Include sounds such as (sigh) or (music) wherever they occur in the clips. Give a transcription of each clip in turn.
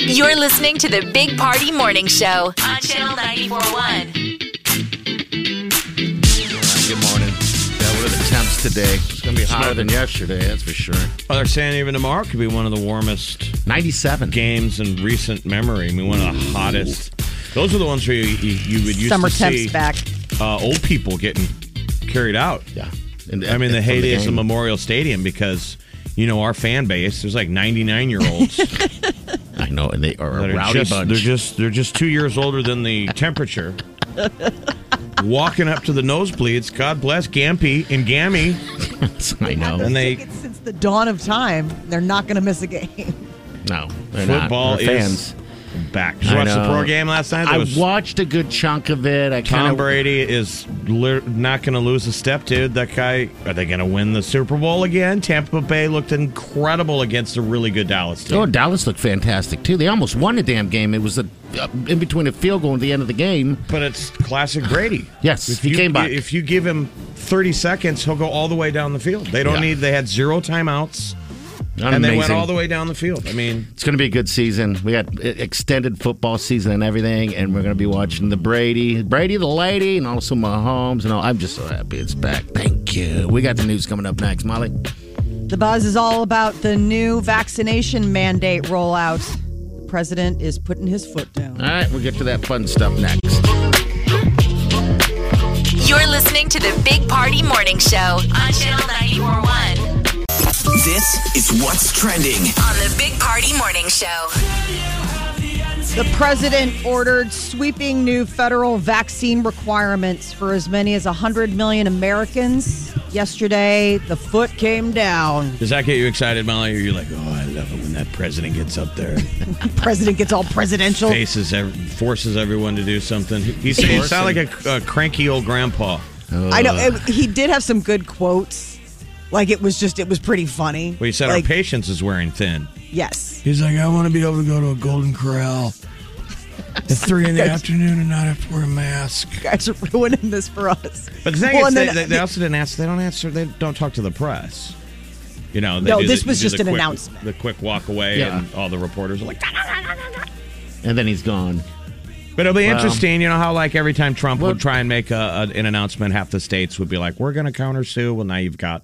You're listening to the Big Party Morning Show on Channel 941. Good morning. Yeah, what are the temps today? It's going to be hotter Smoking. than yesterday, that's for sure. Well, they're saying even tomorrow could be one of the warmest 97. games in recent memory. I mean, one of the hottest. Those are the ones where you, you, you would used Summer to temps see back. Uh, old people getting carried out. Yeah. And- I mean, the and- heydays of game. Memorial Stadium because, you know, our fan base, there's like 99 year (laughs) olds that I know, and they are a are rowdy just, bunch. they're just, they're just two years older than (laughs) the temperature. Walking up to the nosebleeds, God bless Gampy and Gammy, (laughs) I know. and they Tickets since the dawn of time, they're not going to miss a game. (laughs) no, they're football not. They're is fans. back. Did you I watch the know. pro game last night? There I was- watched a good chunk of it. I Tom kinda, Brady is lir- not going to lose a step, dude. That guy, are they going to win the Super Bowl again? Tampa Bay looked incredible against a really good Dallas team. Oh, Dallas looked fantastic too. They almost won the damn game. It was a, uh, in between a field goal and the end of the game. But it's classic (clears throat) Brady. Yes, if he you, came back. If you give him 30 seconds, he'll go all the way down the field. They don't Yeah. need, they had zero timeouts, and they went all the way down the field. I mean, It's going to be a good season. We got e- extended football season and everything, and we're going to be watching the Brady, Brady the lady, and also Mahomes. And all. I'm just so happy it's back. Thank you. We got the news coming up next, Molly. The buzz is all about the new vaccination mandate rollout. The president is putting his foot down. All right, we'll get to that fun stuff next. You're listening to the Big Party Morning Show on Channel 941. This is what's trending. On the Big Party Morning Show. The president ordered sweeping new federal vaccine requirements for as many as 100 million Americans. Yesterday, the foot came down. (laughs) does that get you excited, Molly? Or you're like, oh, I love it when that president gets up there and (laughs) President gets all presidential. faces, ev- forces everyone to do something. He, Oh. he, he sounded like a, a cranky old grandpa. I know it, he did have some good quotes. Like it was just, it was pretty funny. Well, you said like, our patience is wearing thin. Yes, He's like, I want to be able to go to a Golden Corral at three in the afternoon and not have to wear a mask. you guys are (laughs) ruining this for us. But the thing Well, and is, they, then- they, they also didn't ask. They don't answer. They don't talk to the press. You know. They No, do this the- was do the just an quick- announcement. The quick walk away, Yeah. and all the reporters are like. "Ah." And then he's gone. But it'll be interesting. You know how like every time Trump Well- would try and make a, a, an announcement, half the states would be like, "We're going to countersue." Well, now you've got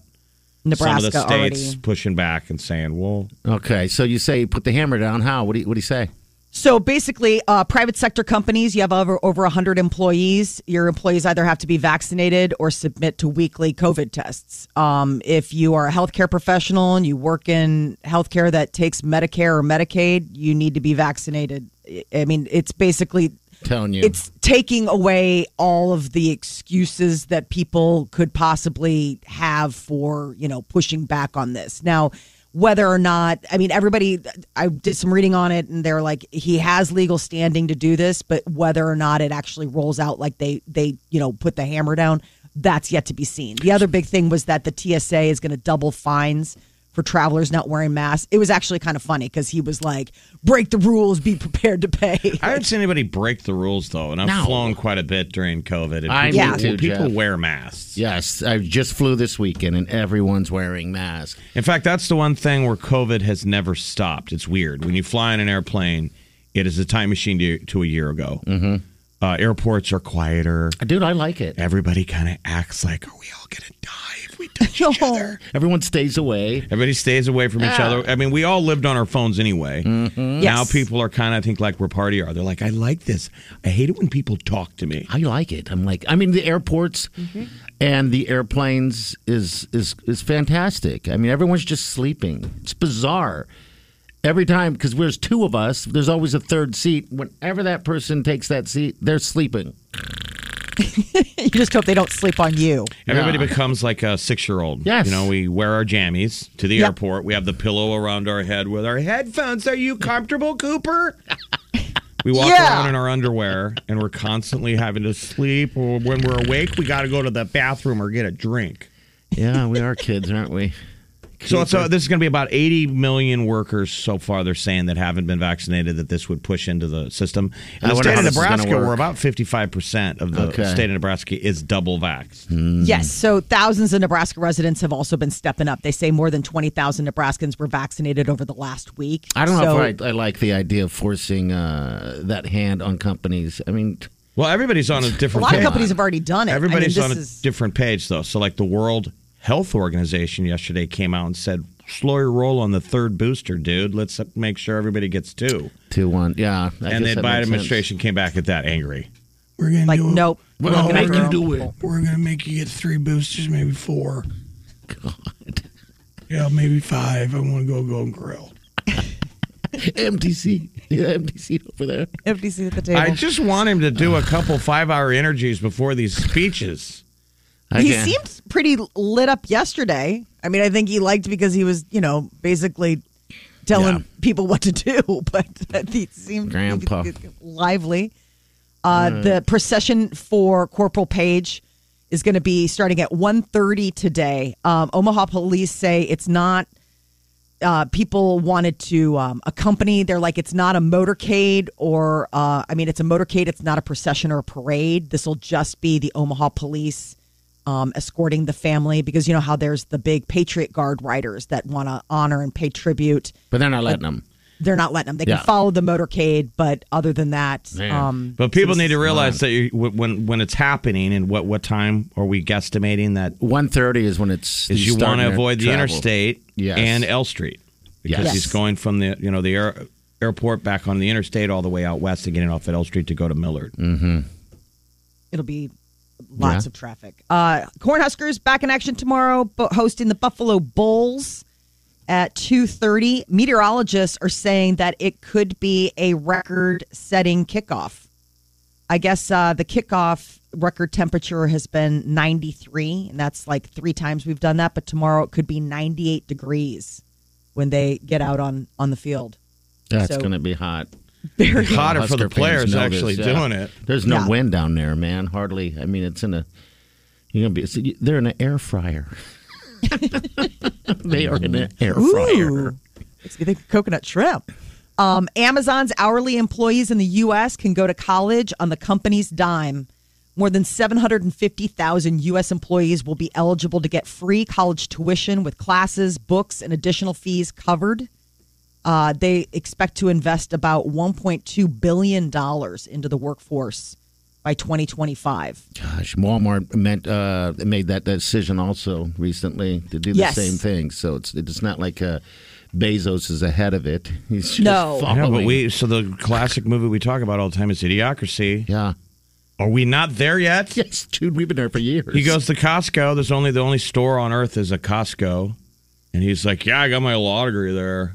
Nebraska some of the states already. pushing back and saying, "Well, Okay, so you say you put the hammer down. How? What do you, what do you say? So basically, uh, private sector companies, you have over, over 100 employees. Your employees either have to be vaccinated or submit to weekly COVID tests. Um, if you are a healthcare professional and you work in healthcare that takes Medicare or Medicaid, you need to be vaccinated. I- I mean, it's basically. Telling you. It's taking away all of the excuses that people could possibly have for, you know, pushing back on this. Now, whether or not, I mean, everybody, I did some reading on it and they're like, he has legal standing to do this, but whether or not it actually rolls out like they, they, you know, put the hammer down, that's yet to be seen. The other big thing was that the TSA is going to double fines for travelers not wearing masks. It was actually kind of funny because he was like, break the rules, be prepared to pay. I haven't seen anybody break the rules though." And I've No. flown quite a bit during COVID. And I- people, Yeah. me too, people Jeff. wear masks. Yes, I just flew this weekend, and everyone's wearing masks. In fact, that's the one thing where COVID has never stopped. It's weird. When you fly in an airplane, it is a time machine to, to a year ago. Mm-hmm. Uh, airports are quieter. Dude, I like it. Everybody kind of acts like, are we all going to die if we touch (laughs) No. each other? Everyone stays away. Everybody stays away from each other. I mean, we all lived on our phones anyway. Now Yes. people are kind of think like we're party are. They're like, I like this. I hate it when people talk to me. I like it. I'm like, I mean, the airports Mm-hmm. and the airplanes is is is fantastic. I mean, everyone's just sleeping. It's bizarre. Every time, because there's two of us, there's always a third seat. Whenever that person takes that seat, they're sleeping. (laughs) you just hope they don't sleep on you. Everybody becomes like a six year old. Yes. You know, we wear our jammies to the Yep. airport. We have the pillow around our head with our headphones. Are you comfortable, Cooper? We walk Yeah. around in our underwear and we're constantly having to sleep. Or when we're awake, we got to go to the bathroom or get a drink. Yeah, we are kids, aren't we? So, it's, uh, this is going to be about 80 million workers so far, they're saying, that haven't been vaccinated, that this would push into the system. I In the wonder state how of this is gonna Nebraska, we're work. about 55% of the Okay. Hmm. state of Nebraska is double vaxxed. Yes. So thousands of Nebraska residents have also been stepping up. They say more than 20,000 Nebraskans were vaccinated over the last week. (laughs) I don't know So- if I, I like the idea of forcing uh, that hand on companies. I mean, Well, everybody's on a A different lot of page. companies have already done it. I mean, Everybody's this on a is- different page, though. So, like the World Health Organization yesterday came out and said, slow your roll on the third booster, dude. Let's make sure everybody gets two. two one, yeah. I and guess that makes the Biden sense. administration came back at that angry. We're gonna like, do it. nope. we're not gonna we're do it. (laughs) We're gonna make you get three boosters, maybe four. God. (laughs) Yeah, maybe five. I want to go Golden Corral. MTC, yeah, MTC over there. Empty seat at the table. I just want him to do a couple five hour energies before these speeches. I he can't- seemed pretty lit up yesterday. I mean, I think he liked because he was, you know, basically telling Yeah. people what to do, (laughs) but he seemed Grandpa. lively. Uh, The procession for Corporal Page is going to be starting at 1.30 today. Um, Omaha police say it's not uh, people wanted to um, accompany. They're like, it's not a motorcade or, uh, I mean, it's a motorcade. It's not a procession or a parade. This will just be the Omaha police um, escorting the family because you know how there's the big Patriot Guard riders that want to honor and pay tribute. but they're not letting them. They're not letting them. They Yeah. can follow the motorcade, but other than that, Man. um, But people need to realize that you, when when it's happening and what what time are we guesstimating that One thirty is when it's. is you want to avoid the interstate Yes. and L Street because Yes. he's going from the you know the air, airport back on the interstate all the way out west and getting off at L Street to go to Millard. it'll be lots of traffic. Uh, Cornhuskers back in action tomorrow, but hosting the Buffalo Bulls at 2.30. Meteorologists are saying that it could be a record-setting kickoff. I guess uh, the kickoff record temperature has been 93, and that's like three times we've done that. But tomorrow it could be 98 degrees when they get out on, on the field. That's So- going to be hot. Very Hotter Husker for the fans players know actually this, yeah. doing it. There's no Yeah. wind down there, man. Hardly. I mean, it's in a. You're gonna be. it's- They're in an air fryer. (laughs) they are in an air fryer. Ooh. Makes me think of coconut shrimp. Um, Amazon's hourly employees in the U.S. can go to college on the company's dime. More than 750,000 U.S. employees will be eligible to get free college tuition with classes, books, and additional fees covered. Uh, they expect to invest about $1.2 billion into the workforce by 2025. Gosh, Walmart meant uh, made that decision also recently to do the Yes. same thing. So it's it's not like uh, Bezos is ahead of it. He's just No. I following. know, but we so the classic movie we talk about all the time is Idiocracy. yeah. Are we not there yet? Yes, dude, we've been there for years. He goes to Costco. There's only the only store on earth is a Costco, and he's like, "Yeah, I got my law degree there."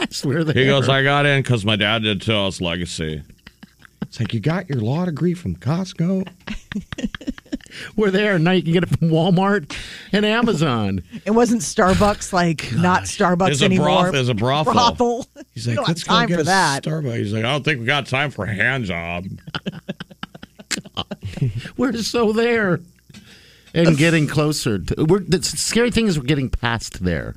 I swear He goes, "I got in because my dad did tell us legacy." It's like you got your law degree from Costco. we're there. Now you can get it from Walmart and Amazon. It wasn't Starbucks, like not Starbucks There's a anymore. broth- there's a brothel. brothel. He's We like, don't "Let's have go time get for a that. Starbucks." He's like, "I don't think we got time for a hand job." We're so there. And getting closer. To, we're, the scary thing is we're getting past there.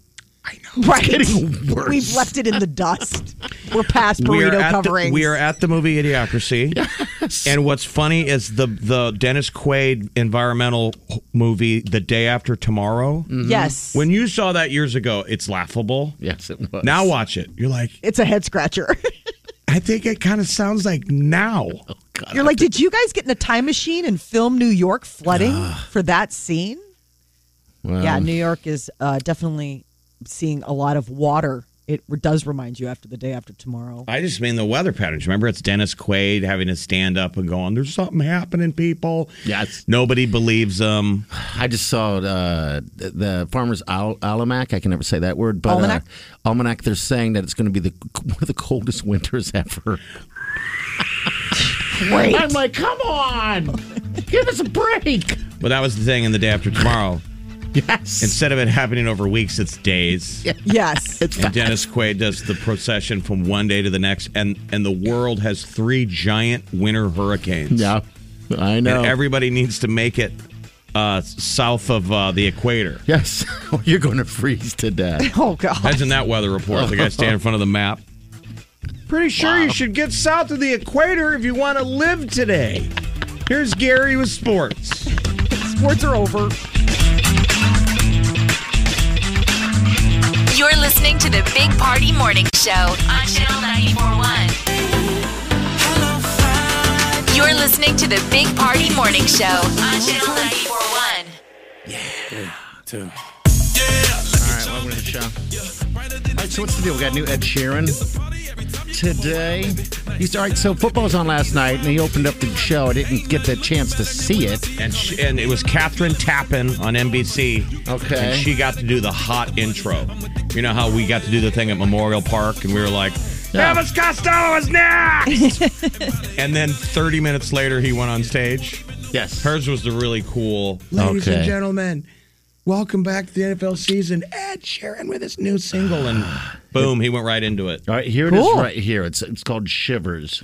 Right. getting worse. We've left it in the dust. We're past we are, burrito at the, coverings. we are at the movie Idiocracy. And what's funny is the the Dennis Quaid environmental movie, The Day After Tomorrow. Mm. yes. mm-hmm. When you saw that years ago, it's laughable. Yes, it was. Now watch it. You're like, it's a head scratcher. (laughs) I think it kind of sounds like now. Oh, You're like, did you guys get in a time machine and film New York flooding for that scene? Um. Well, yeah, New York is uh, definitely seeing a lot of water. It does remind you after the day after tomorrow. (laughs) I just mean the weather patterns. Remember, it's Dennis Quaid having to stand up and going, "There's something happening, people." Yes. Nobody believes him. I just saw uh, the, the Farmer's Al- Almanac. I can never say that word, but Almanac? Uh, almanac. They're saying that it's going to be the one of the coldest winters ever. Great. I'm like, come on! Give us a break. (laughs) But that was the thing in the day after tomorrow. Yes. Instead of it happening over weeks, it's days. Yes. it's And fine. Dennis Quaid does the procession from one day to the next, and and the world has three giant winter hurricanes. Yeah. I know. and everybody needs to make it uh, south of uh, the equator. yes. (laughs) You're going to freeze to death. Oh God. Imagine that weather report. The guy standing in front of the map. Pretty sure you should get south of the equator if you want to live today. Here's Gary with sports. Sports are (laughs) over. You're listening to the Big Party Morning Show on Channel 941. You're listening to the Big Party Morning Show on Channel 941. All right, welcome to the show. All right, so what's the deal? We got new Ed Sheeran today. He's all right. So football's on last night, and he opened up the show. I didn't get the chance to see it. And she, and it was Catherine Tappan on NBC. Okay. And she got to do the hot intro. You know how we got to do the thing at Memorial Park, and we were like, Yeah. Elvis Costello is next. and then 30 minutes later, he went on stage. Yes. Hers was the really cool. Ladies Okay. and gentlemen, welcome back to the NFL season. Ed Sheeran with his new single. And (sighs) boom, he went right into it. All right, here it is, Cool. right here. It's it's called Shivers.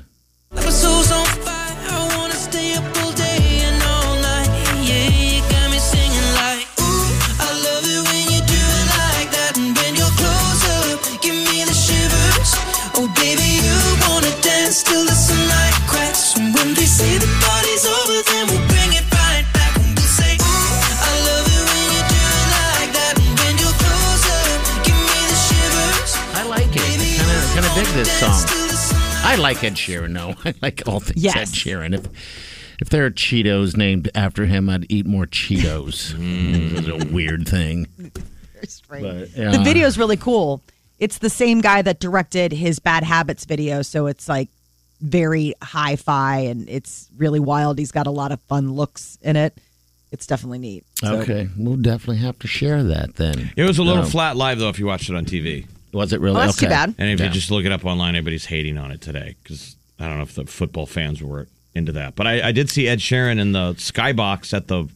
My soul's on fire. I wanna stay up all day and all night. Yeah, you got me singing like, ooh, I love it when you do it like that. And when you're close up, give me the shivers. Oh, baby, you wanna dance till the sunlight cracks. And when they say the party's over, then we'll bring it right back. And we'll say, ooh, I love it when you do it like that. And when you're close up, give me the shivers. I like it. Kind of kind of dig this song. I like Ed Sheeran. though. (laughs) I like all things Yes. Ed Sheeran. If if there are Cheetos named after him, I'd eat more Cheetos. mm, this is a weird thing. But, The yeah. video's really cool. It's the same guy that directed his Bad Habits video, so it's like very hi-fi and it's really wild. He's got a lot of fun looks in it. It's definitely neat. So- Okay, we'll definitely have to share that then. It was a little Um, flat live though if you watched it on TV. Was it really? Well, that's too Okay. bad. And if you just look it up online, everybody's hating on it today because I don't know if the football fans were into that. But I, I did see Ed Sheeran in the skybox at the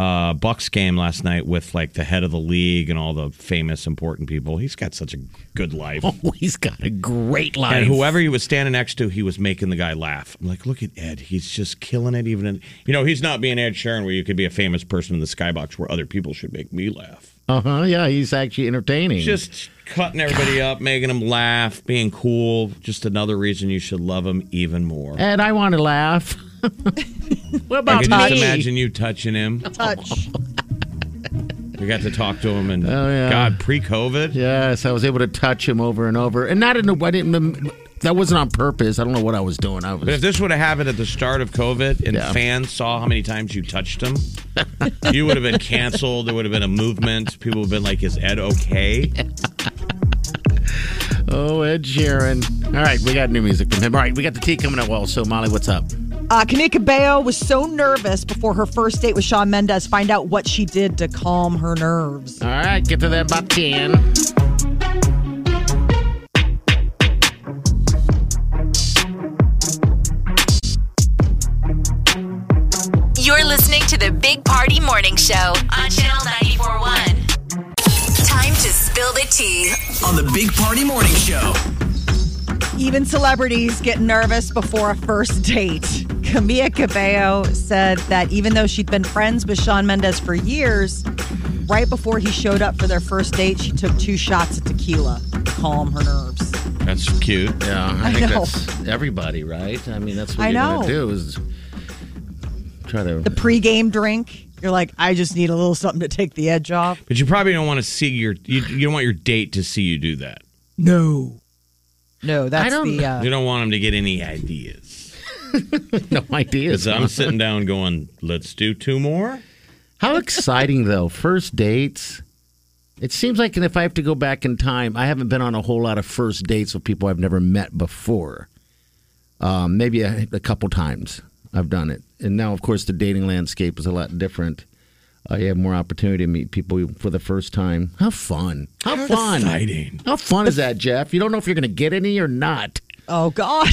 uh, Bucks game last night with like the head of the league and all the famous important people. He's got such a good (laughs) life. Oh, he's got a great life. And whoever he was standing next to, he was making the guy laugh. I'm like, look at Ed. He's just killing it. Even in, you know, he's not being Ed Sheeran where you could be a famous person in the skybox where other people should make me laugh. Uh huh. Yeah, he's actually entertaining. just cutting everybody up, making them laugh, being cool. Just another reason you should love him even more. and I want to laugh. (laughs) what I about can just me? imagine you touching him. Touch. We got to talk to him, and Oh, yeah. God, pre-COVID, Yes, I was able to touch him over and over, and not in a. I didn't. That wasn't on purpose. I don't know what I was doing. I was. But (laughs) if this would have happened at the start of COVID and Yeah. fans saw how many times you touched him, (laughs) you would have been canceled. There would have been a movement. People would have been like, is Ed okay? Oh, Ed Sheeran. All right, we got new music from him. All right, we got the tea coming up. Well, so Molly, what's up? Uh, Kanye Cabello was so nervous before her first date with Shawn Mendes. Find out what she did to calm her nerves. All right, get to that about ten. You're listening to the Big Party Morning Show on Channel 941. Time to spill the tea. on the Big Party Morning Show. Even celebrities get nervous before a first date. Camila Cabello said that even though she'd been friends with Shawn Mendes for years, right before he showed up for their first date, she took two shots of tequila to calm her nerves. That's cute. Yeah, I, I think know. that's everybody, right? I mean, that's what I you're know. gonna do is try to. The pregame drink, you're like, I just need a little something to take the edge off. But you probably don't want to see your you, you don't want your date to see you do that. No. No, that's don't- the. Uh, You don't want him to get any ideas. (laughs) no ideas. Because I'm sitting down going, let's do two more. How exciting though! First dates. It seems like, and if I have to go back in time, I haven't been on a whole lot of first dates with people I've never met before. Um, maybe a, a couple times I've done it, and now, of course, the dating landscape is a lot different. Uh, you have more opportunity to meet people for the first time. How fun! How, fun! Exciting. How fun is that, Jeff? You don't know if you're going to get any or not. oh, God.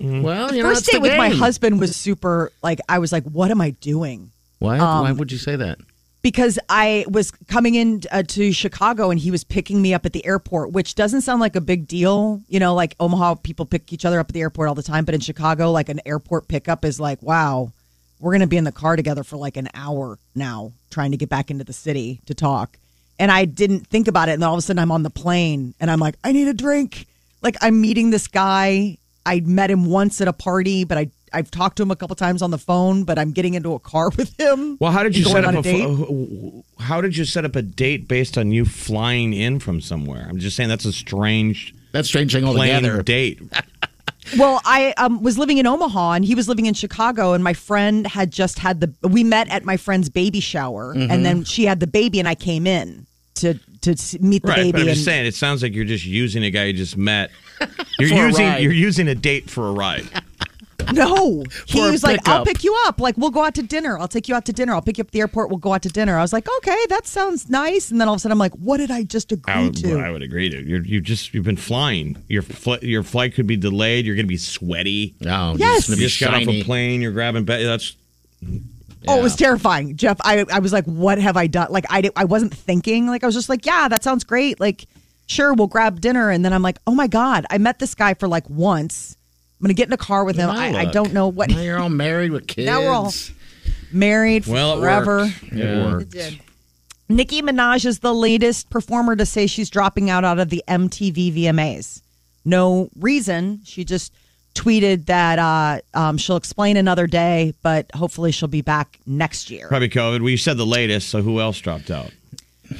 Well, you know, First it's the date with my game. husband was super like I was like, what am I doing? Why? um, why would you say that? Because I was coming in uh, to Chicago and he was picking me up at the airport, which doesn't sound like a big deal. You know, like Omaha people pick each other up at the airport all the time, but in Chicago, like an airport pickup is like, wow, we're gonna be in the car together for like an hour now, trying to get back into the city to talk. And I didn't think about it, and then all of a sudden I'm on the plane and I'm like, I need a drink. Like I'm meeting this guy. I met him once at a party, but I I've talked to him a couple times on the phone, but I'm getting into a car (laughs) with him. Well, how did you Going set up on a, a date? fl- how did you set up a date based on you flying in from somewhere? I'm just saying that's a strange That's strange thing plane altogether. date. Well, I um, was living in Omaha and he was living in Chicago, and my friend had just had the. We met at my friend's baby shower, Mm-hmm. and then she had the baby, and I came in to to s- meet the Right, baby. but I'm and, just saying it sounds like you're just using a guy you (laughs) just met. You're For a using ride. you're using a date for (laughs) a ride. No, he For a was like, "I'll pickup. pick you up. Like, we'll go out to dinner. I'll take you out to dinner. I'll pick you up at the airport. We'll go out to dinner." I was like, "Okay, that sounds nice." And then all of a sudden, I'm like, "What did I just agree I would, to?" I would agree to. You're you just you've been flying. Your fl- your flight could be delayed. You're going to be sweaty. Oh, Yes. gonna You be just got off shiny. a plane. You're grabbing. Be- that's Oh, it was terrifying, Jeff. I, I was like, what have I done? Like, I, di- I wasn't thinking. Like, I was just like, yeah, that sounds great. Like, sure, we'll grab dinner. And then I'm like, oh my God, I met this guy for like once. I'm going to get in a car with him. Now I, I look. don't know what. Now you're all married with kids. Now we're all- Married well, it forever. worked. It worked. Nicki Minaj is the latest performer to say she's dropping out out of the MTV VMAs. No reason. She just tweeted that uh, um, she'll explain another day, but hopefully she'll be back next year. Probably COVID. Well, you said the latest. So who else dropped out?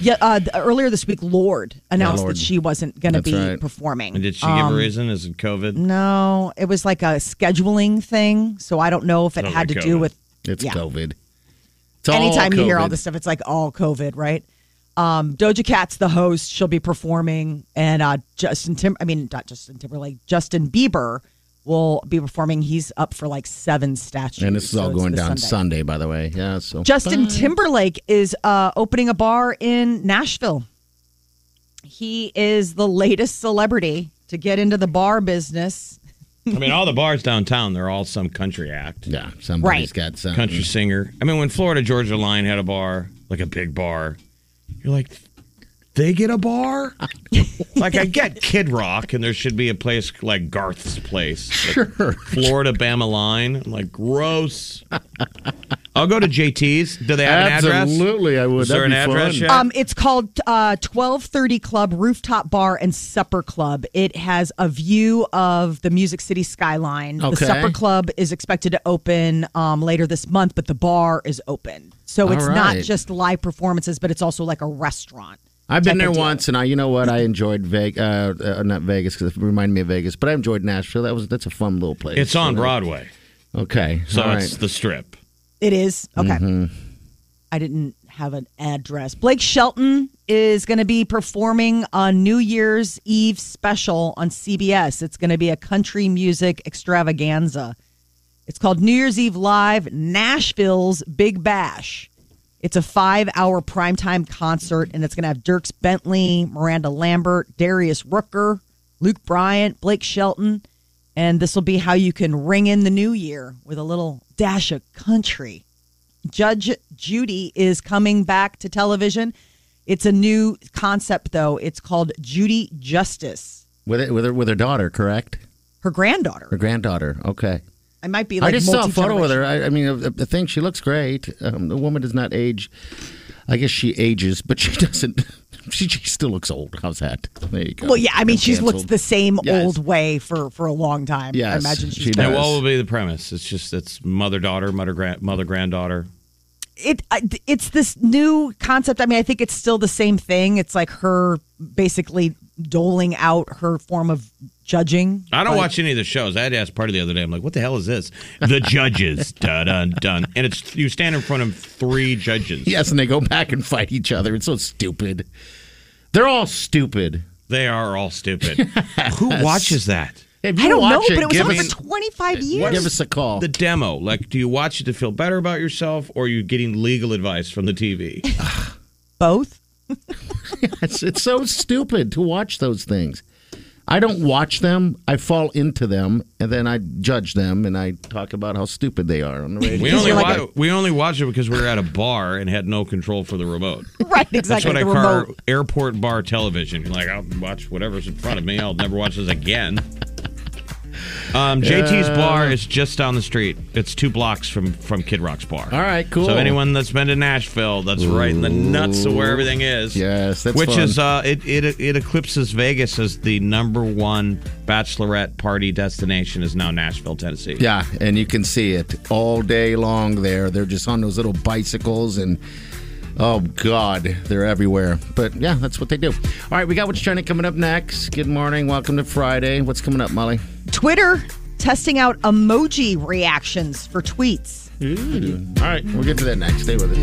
Yeah, uh, th- earlier this week, Lord announced Lorde. that she wasn't going to That's be right. performing. Um, And did she Um, give a reason? Is it COVID? no, it was like a scheduling thing. So I don't know if it Sounds had like to do COVID. with It's Yeah. COVID. It's all anytime you hear all COVID. this stuff, it's like all COVID, right? Um, Doja Cat's the host. She'll be performing, and uh, Justin Tim. I mean, not Justin Timberlake. Justin Bieber will be performing. He's up for like seven statues. And this is So all it's going this down Sunday. Sunday. by the way. Yeah. So Justin Timberlake is uh, opening a bar in Nashville. He is the latest celebrity to get into the bar business. I mean, all the bars downtown, they're all some country act, yeah, somebody's Right. got some country singer. I mean, when Florida Georgia Line had a bar, like a big bar, you're like, they get (laughs) a bar? like, I get Kid Rock, and there should be a place like Garth's Place. Sure. Florida Bama Line. I'm (laughs) like, gross. I'll go to JT's. Do they have an address? Absolutely, I would. Is there an That'd be address fun. yet? Um, it's called uh, 1230 Club Rooftop Bar and Supper Club. It has a view of the Music City skyline. Okay. The Supper Club is expected to open um, later this month, but the bar is open. So All it's not right. just live performances, but it's also like a restaurant. I've been type there of deal. once, and I, you know what? I enjoyed Vegas. Uh, uh, not Vegas because it reminded me of Vegas, but I enjoyed Nashville. That was that's a fun little place. it's on So that- Broadway, Okay, so all right. it's the strip. It is okay. I didn't have an address. Blake Shelton is going to be performing a New Year's Eve special on CBS. It's going to be a country music extravaganza. It's called New Year's Eve Live Nashville's Big Bash. It's a five hour primetime concert, and it's going to have Dirks Bentley, Miranda Lambert, Darius Rooker, Luke Bryant, Blake Shelton. And this will be how you can ring in the new year with a little dash of country. Judge Judy is coming back to television. It's a new concept, though. It's called Judy Justice, with it, with her with her daughter, correct? her Her granddaughter. granddaughter. Okay, I might be like I just saw a photo with multi-generational. her. I, I mean, the- the thing she looks great. Um, the woman does not age. I guess she ages, but she (laughs) doesn't. She, she still looks old. How's that? There you go. Well, yeah, I mean, Got she's looked canceled. the same Yes. old way for for a long time. I Yes, imagine she's she been- And Yes. what will be the premise? It's just it's mother daughter, mother grand mother granddaughter. it I- it's this new concept. I mean, I think it's still the same thing. It's like her basically doling out her form of judging. I don't watch any of the shows. I had to ask part of the other day. I'm like, what the hell is this? The judges, dun dun dun, and it's you stand in front of three judges. Yes, and they go back and fight each other. It's so stupid. They're all stupid. They are all stupid. Who watches that? If you I don't know, watch but it was give on us- for 25 years. Give us a call. The demo. Like, do you watch it to feel better about yourself, or are you getting legal advice from the TV? Both. It's, it's so stupid to watch those things. I don't watch them. I fall into them, and then I judge them, and I talk about how stupid they are on the radio. We only you're like wa- we only watched it because we were at a bar and had no control for the remote. Right, That's exactly. what I the call remote. airport bar television. You're like, I'll watch whatever's in front of me. I'll never watch this again. Uh, Um, JT's bar is just down the street. It's two blocks from from Kid Rock's bar. All right, cool. So anyone that's been to Nashville, that's right in the nuts of where everything is. Yes, that's which fun. is uh, it, it it eclipses Vegas as the number one bachelorette party destination is now Nashville, Tennessee. Yeah, and you can see it all day long there. They're just on those little bicycles and oh god, they're everywhere. But yeah, that's what they do. All right, we got what's trending coming up next. Good morning, welcome to Friday. What's coming up, Molly? Twitter testing out emoji reactions for tweets. All right, we'll get to that next. Stay with us.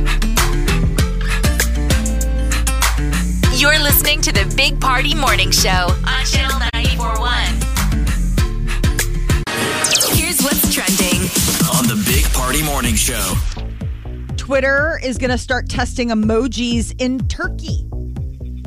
You're listening to the Big Party Morning Show on Channel 941. Here's what's trending. On the Big Party Morning Show. Twitter is going to start testing emojis in Turkey.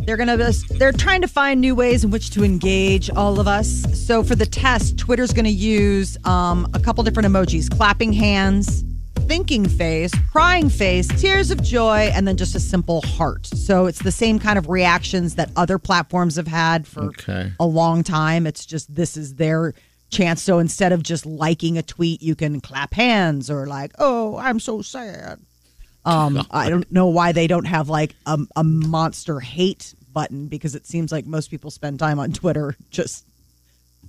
They're going to they're trying to find new ways in which to engage all of us. So for the test, Twitter's going to use um, a couple different emojis: clapping hands, thinking face, crying face, tears of joy, and then just a simple heart. So it's the same kind of reactions that other platforms have had for Okay. a long time. It's just this is their chance. So instead of just liking a tweet, you can clap hands or like, "Oh, I'm so sad." (laughs) Um, I don't know why they don't have like a, a monster hate button because it seems like most people spend time on Twitter just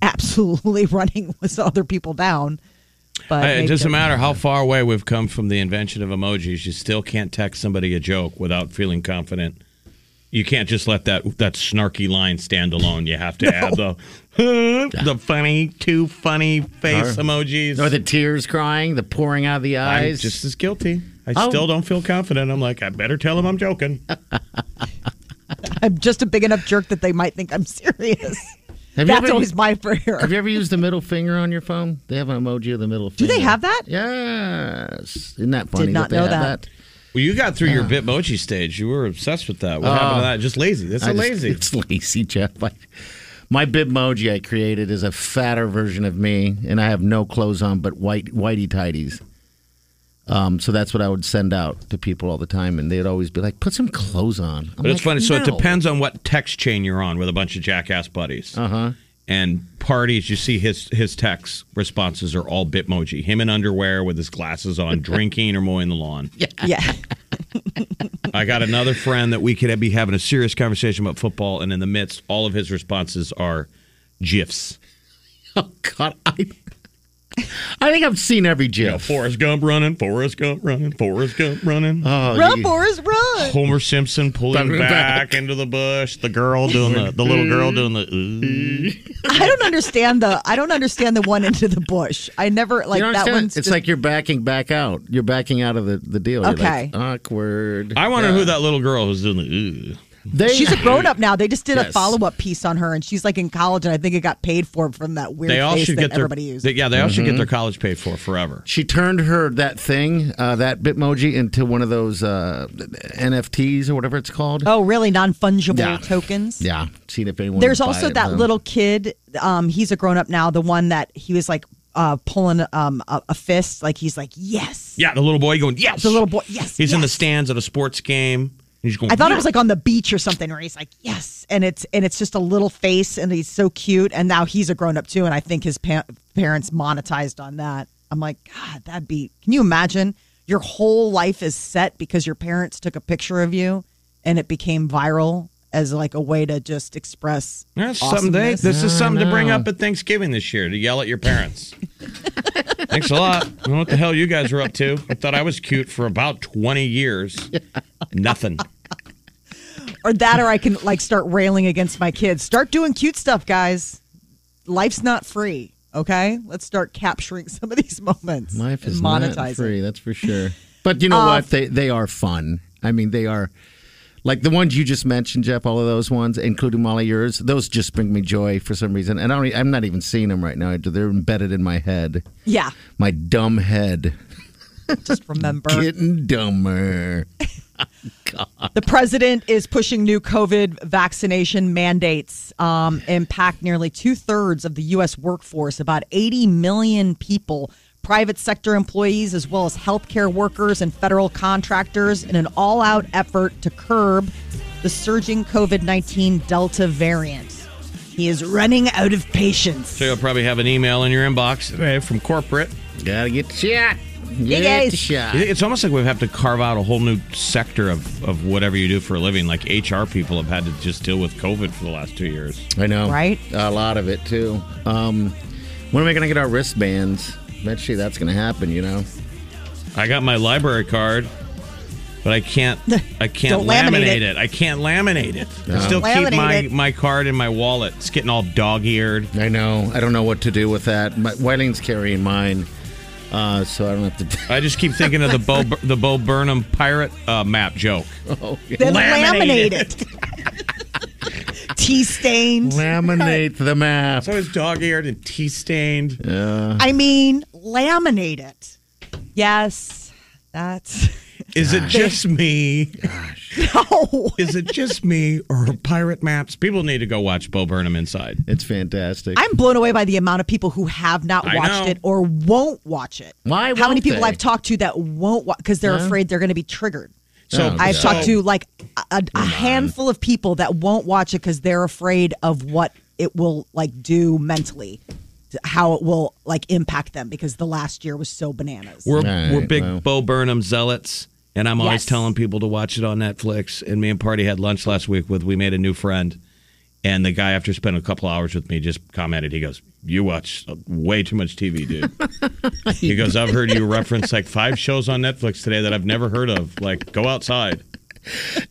absolutely (laughs) running with other people down. But Hey, maybe it doesn't they're- matter how far away we've come from the invention of emojis. You still can't text somebody a joke without feeling confident. You can't just let that that snarky line stand alone. (laughs) You have to add the the funny, too funny face emojis. Or the tears crying, the pouring out of the I'm eyes. just as guilty. I Oh. Uh. still don't feel confident. I'm like, I better tell him I'm joking. I'm just a big enough jerk that they might think I'm serious. (laughs) have you That's ever, always my prayer. Have you ever used the middle finger on your phone? They have an emoji of the middle Do finger. they have that? Yes. Isn't that funny? not that they know have that. Well, you got through Uh. your Bitmoji stage. You were obsessed with that. What happened to that? Just lazy. That's I a just- (laughs) lazy. It's lazy, Jeff. Like my Bitmoji I created is a fatter version of me, and I have no clothes on but white whitey tidies. Um, so that's what I would send out to people all the time, and they'd always be like, "Put some clothes on." But it's funny. So it depends on what text chain you're on with a bunch of jackass buddies. Uh huh. And parties, you see his his text responses are all Bitmoji. Him in underwear with his glasses on, drinking or mowing the lawn. yeah. I got another friend that we could be having a serious conversation about football, and in the midst, all of his responses are gifs. (laughs) Oh God, I, I think I've seen every You know, GIF. Forrest Gump running, Forrest Gump running, Forrest Gump running. (laughs) Oh, Run, you- Boris, (laughs) run. Homer Simpson pulling Back- back into the bush. The girl doing the the little girl doing the. Ooh. I don't understand the I don't understand the one into the bush. I never like you don't that understand? one's It's like you're backing back out. You're backing out of the, the deal. You're Okay. like, awkward. I wonder who that little girl who's doing the. Ooh. They, She's (laughs) a grown up now. They just did a Yes. follow up piece on her, and she's like in college, and I think it got paid for from that weird they all face should that get their everybody used. they- yeah they all should get their college paid for forever She turned her that thing, uh, that Bitmoji, into one of those uh, NFTs or whatever it's called. oh, really? Non fungible Yeah. tokens. Yeah, seen if anyone. There's would also buy it, that huh? little kid. Um, he's a grown up now. The one that he was like uh, pulling um, a, a fist, like he's like yes, yeah the little boy going yes The little boy, yes. he's in the yes." stands at a sports game and he's going I thought it "Yeah." was like on the beach or something where he's like, yes. And it's and it's just a little face and he's so cute. And now he's a grown up too. And I think his pa- parents monetized on that. I'm like, God, that'd be. Can you imagine? Your whole life is set because your parents took a picture of you and it became viral as like a way to just express. That's something they, awesomeness. this is something to bring up at Thanksgiving this year to yell at your (laughs) parents thanks a lot I don't know what the hell you guys were up to I thought I was cute for about 20 years nothing Or that, or I can like start railing against my kids. Start doing cute stuff, guys. Life's not free. Okay, let's start capturing (laughs) some of these moments. Life and is monetizing. Um, not free. That's (laughs) for sure. But you know what? They they are fun. I mean, they are like the ones you just mentioned, Jeff. All of those ones, including Molly yours. Those just bring me joy for some reason. And I don't. e, I'm not even seeing them right now. They're embedded in my head, Yeah. my dumb head. (laughs) Just remember. Getting dumber. The president is pushing new COVID vaccination mandates, um, impact nearly two thirds of the U.S. workforce, about 80 million people, private sector employees, as well as healthcare workers and federal contractors, in an all out effort to curb the surging COVID 19 Delta variant. He is running out of patience. So you'll probably have an email in your inbox today from corporate. Gotta get the shot. Get guys. the shot. It- It's almost like we have to carve out a whole new sector of, of whatever you do for a living. Like HR people have had to just deal with COVID for the last two years. I know. Right? A lot of it too. Um, when are we gonna get our wristbands? Eventually, that's gonna happen. You know. I got my library card, but (laughs) I can't I can't Don't laminate laminate it. it. I can't laminate it. I still keep Laminate my, it. my card in my wallet. It's getting all dog eared. I know. I don't know what to do with that. My, Wiley's carrying mine, uh, so I don't have to. (laughs) I just keep thinking of the Bo the Bo Burnham pirate uh, map joke. Then Laminate laminate (laughs) it. Tea stained. (laughs) Laminate the map. So it's dog eared and tea stained. I mean, laminate it. Yes, that's Is it just (laughs) me? (laughs) no. Is it just me or are pirate maps? People need to go watch Bo Burnham Inside. It's fantastic. I'm blown away by the amount of people who have not I watched know. it or won't watch it. Why How many won't people they? I've talked to that won't watch because they're afraid they're going to be triggered. So Oh, I've So- talked to like a, a handful of people that won't watch it because they're afraid of what it will like do mentally, how it will like impact them because the last year was so bananas. We're All we're right, big well. Bo Burnham zealots, and I'm always Yes. telling people to watch it on Netflix. And me and Party had lunch last week with we made a new friend, and the guy after spending a couple hours with me just commented. He goes, "You watch uh, way too much TV, (laughs) dude." he goes, "I've heard you reference like five shows on Netflix today that I've never heard of. Like, go outside."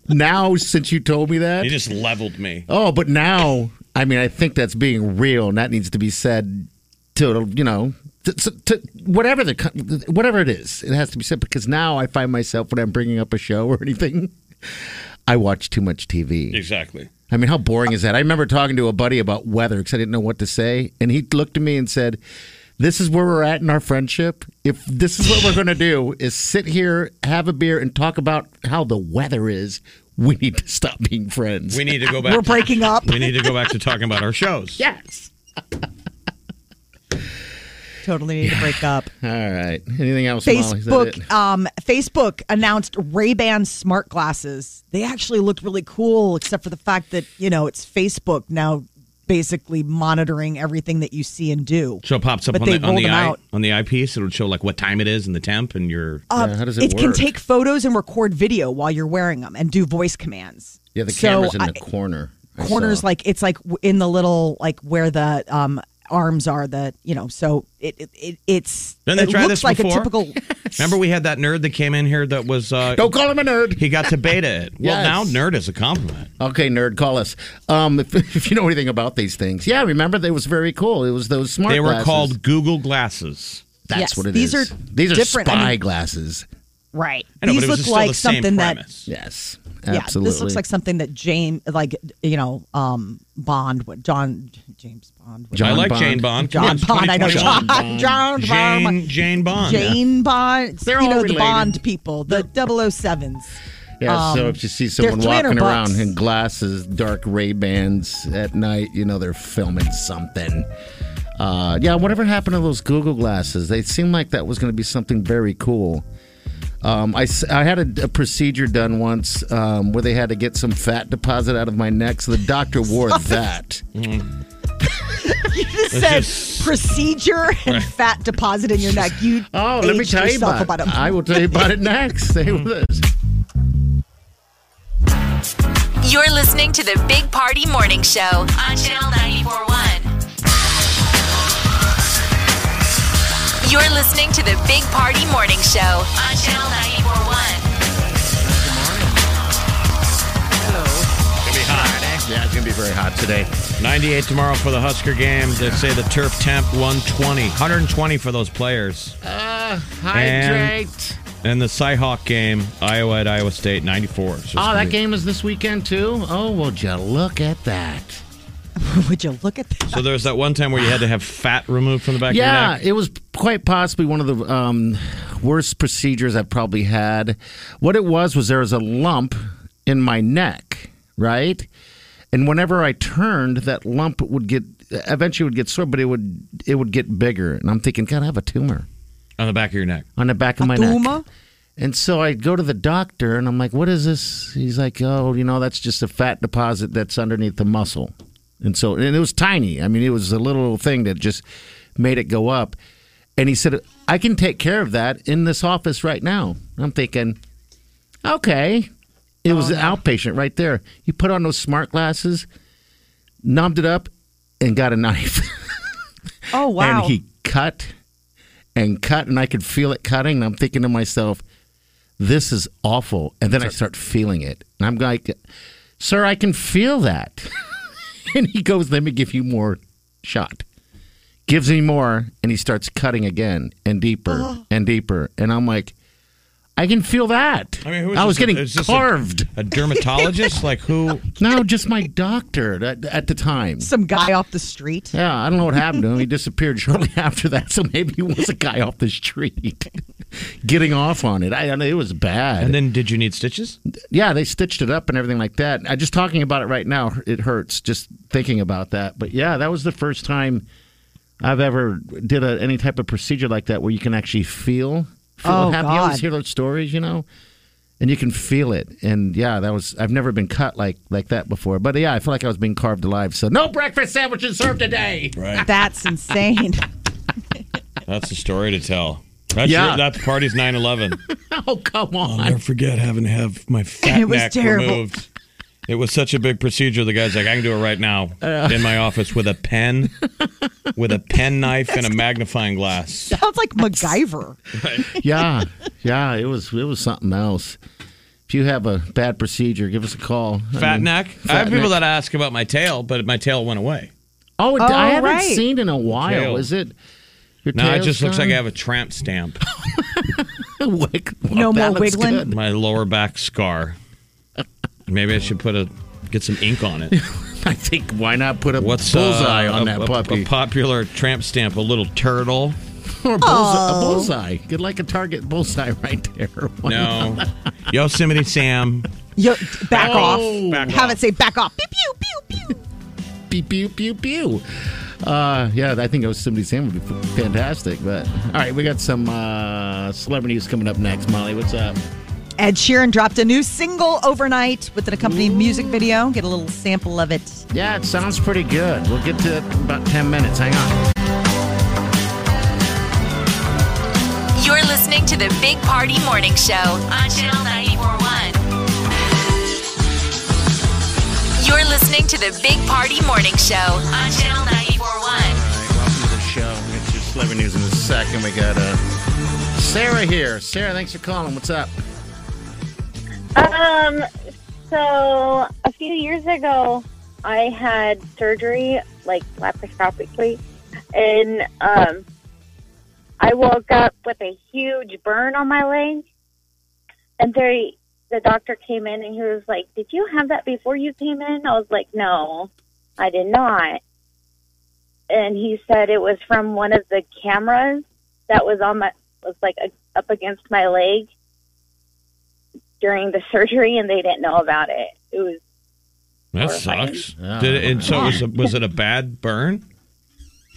now, since you told me that, He just leveled me. oh, but now, I mean, I think that's being real, and that needs to be said to you know. To, to, to whatever the co- whatever it is, it has to be said because now I find myself when I'm bringing up a show or anything, I watch too much TV. Exactly. I mean, how boring is that? I remember talking to a buddy about weather because I didn't know what to say. And he looked at me and said, This is where we're at in our friendship. If this is what we're going to do, is sit here, have a beer, and talk about how the weather is, we need to stop being friends. We need to go back. We're to- breaking up. We need to go back to talking about our shows. yes. Totally need to break up. All right. Anything else, Molly? Is that it? Facebook um, Facebook announced Ray Ban smart glasses. They actually looked really cool, except for the fact that you know it's Facebook now, basically monitoring everything that you see and do. So it pops up But on they the on rolled the them eye, out. on the eyepiece. It'll show like what time it is and the temp, and your Yeah, how does it uh, Um, it can work? take photos and record video while you're wearing them and do voice commands. Yeah, the So camera's in I- the corner. I corners saw. like it's like w- in the little like where the um arms are the you know so it it, it it's Didn't they it try looks this like a before? (laughs) typical Remember, we had that nerd that came in here that was uh, Don't call him a nerd. he got to (laughs) beta it. Well, Yes. now nerd is a compliment. Okay, nerd, call us. Um, if, (laughs) if you know anything about these things. Yeah, remember, they was very cool. It was those smart They were glasses. called Google glasses. That's Yes, what it is. these are these are different. I spy mean- glasses. right I know, these but it look was still like the same something that premise. Yes, Yeah, absolutely. this looks like something that James, like you know, um, Bond would John James Bond. Would, John I like Bond. Jane Bond. Come on, John it's Bond. I know John. 2021. John, Bond. Jane, Jane Bond. Jane Bond. They're you all know related. the Bond people, the 007s. yeah. so um, if you see they're someone 300 walking around bucks. in glasses, dark Ray Bans at night, you know they're filming something. Uh, yeah, whatever happened to those Google glasses? They seemed like that was going to be something very cool. Um, I, s- I had a, a procedure done once um, where they had to get some fat deposit out of my neck, so the doctor wore that. You just said procedure and fat deposit in your neck. You (laughs) Oh, let me aged tell you yourself about, it. I will tell you about it next. Stay with us. You're listening to the Big Party Morning Show on Channel 941. You're listening to the Big Party Morning Show on Channel 941. Yeah, it's gonna be very hot today. 98 tomorrow for the Husker game. They say the turf temp 120, 120 for those players. And- Hydrate. And the Cyhawk game, Iowa at Iowa State, 94. So it's Oh, gonna that be- game is this weekend too. Oh, well, you look at that? (laughs) Would you look at that? So there was that one time where you had to have fat removed from the back of your Yeah, neck. it was quite possibly one of the um, worst procedures I've probably had. What it was was there was a lump in my neck, right? And whenever I turned, that lump would get eventually would get sore, but it would it would get bigger. And I'm thinking, God, I have a tumor on the back of your neck. on the back of my Tumor? neck. And so I go to the doctor and I'm like, what is this? He's like, oh, you know, that's just a fat deposit that's underneath the muscle. And so, and it was tiny. I mean, it was a little thing that just made it go up. And he said, I can take care of that in this office right now. I'm thinking, okay. It was an outpatient right there. He put on those smart glasses, numbed it up, and got a (laughs) knife. Oh wow. And he cut and cut, and I could feel it cutting. And I'm thinking to myself, this is awful. And then I start feeling it. And I'm like, sir, I can feel that. (laughs) and he goes, let me give you more shot. Gives me more, and he starts cutting again and deeper Oh. and deeper. And I'm like, I can feel that. I, mean, who is was this? getting Is this a- carved. (laughs) A dermatologist? like who? no, just my doctor at, at the time. Some guy off the street. Yeah, I don't know what happened to him. He disappeared shortly (laughs) after that, so maybe he was a guy off the street (laughs) getting off on it. I, I know it was bad. And then did you need stitches? yeah, they stitched it up and everything like that. I just talking about it right now, it hurts just thinking about that. But yeah, that was the first time I've ever did a, any type of procedure like that where you can actually feel feel Oh, happy. You always God. hear those stories, you know. And you can feel it, and yeah, that was. I've never been cut like like that before, but yeah, I feel like I was being carved alive. So no breakfast sandwiches served today. Right. That's insane. (laughs) That's a story to tell. That's Yeah. your, that's (laughs) party's 9/11. (laughs) Oh come I'll on! never forget having to have my fat It was neck terrible. removed. It was such a big procedure. The guy's like, I can do it right now Uh. in my office with a pen, with a pen knife and a magnifying glass. Sounds like MacGyver. yeah, yeah, it was it was something else. If you have a bad procedure, give us a call. I Fat mean- neck. I have people neck. that ask about my tail, but my tail went away. Oh, it- Oh, I haven't right. seen in a while. Tail. Is it? Your No, it tail's just looks like I gone? have a tramp stamp. (laughs) Wig- well, No that more looks wiggling? good. (laughs) My lower back scar. Maybe I should put a get some ink on (laughs) it. I think why not put a What's bullseye uh, on a, that a- puppy A popular tramp stamp, a little turtle. or a bullseye, Oh. a bullseye? Get like a target bullseye (laughs) right there. Why not? No, Yosemite Sam. Yo, back Oh. off. Back Have off. it say back off. Pew pew pew pew. pew pew pew pew. Uh, yeah, I think Yosemite Sam would be f- fantastic. But all right, we got some uh, celebrities coming up next. Molly, what's up? Ed Sheeran dropped a new single overnight with an accompanying music video. Get a little sample of it. Yeah, it sounds pretty good. We'll get to it in about 10 minutes. Hang on. You're listening to the Big Party Morning Show on Channel 941. You're listening to the Big Party Morning Show on Channel 941. All right, welcome to the show. We'll get to your celebrity news in a second. We got uh, Sarah here. Sarah, thanks for calling. What's up? Um, so a few years ago, I had surgery, like laparoscopically, and um, I woke up with a huge burn on my leg. And they, the doctor came in and he was like, "Did you have that before you came in?" I was like, "No, I did not." And he said it was from one of the cameras that was on my was like a, up against my leg during the (laughs) surgery and they didn't know about it. It was That Horrifying. sucks. Yeah. Did it, and so was, it- was it a bad burn?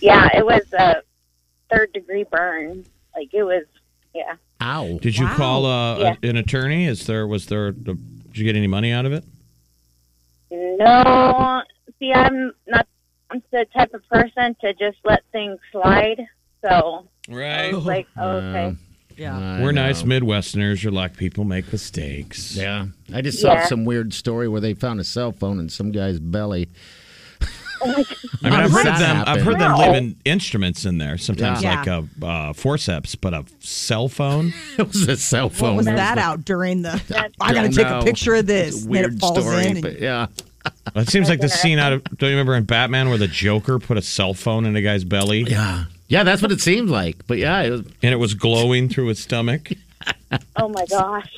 yeah, it was a third degree burn. Like it was yeah. Ow. Did you Wow. call uh, a- Yeah. an attorney? Is there was there? Did you get any money out of it? No, see I'm not I'm the type of person to just let things slide. So I Right. was like, Oh, okay. um, I We're know. nice Midwesterners. You're like people make mistakes. Yeah. I just saw Yeah. some weird story where they found a cell phone in some guy's belly. (laughs) I mean, How I've does heard of that them. I've happen? heard them No. leaving instruments in there sometimes, Yeah. like a uh, forceps, but a cell phone. It was a cell phone. What was It that the- out during the? That's- I gotta Don't take know. a picture of this. It's a and Weird then it falls story, in. and- but yeah. That seems like the scene out of. Don't you remember in Batman where the Joker put a cell phone in a guy's belly Yeah. Yeah, that's what it seemed like. But yeah, it was, and it was glowing through his stomach? Oh my gosh.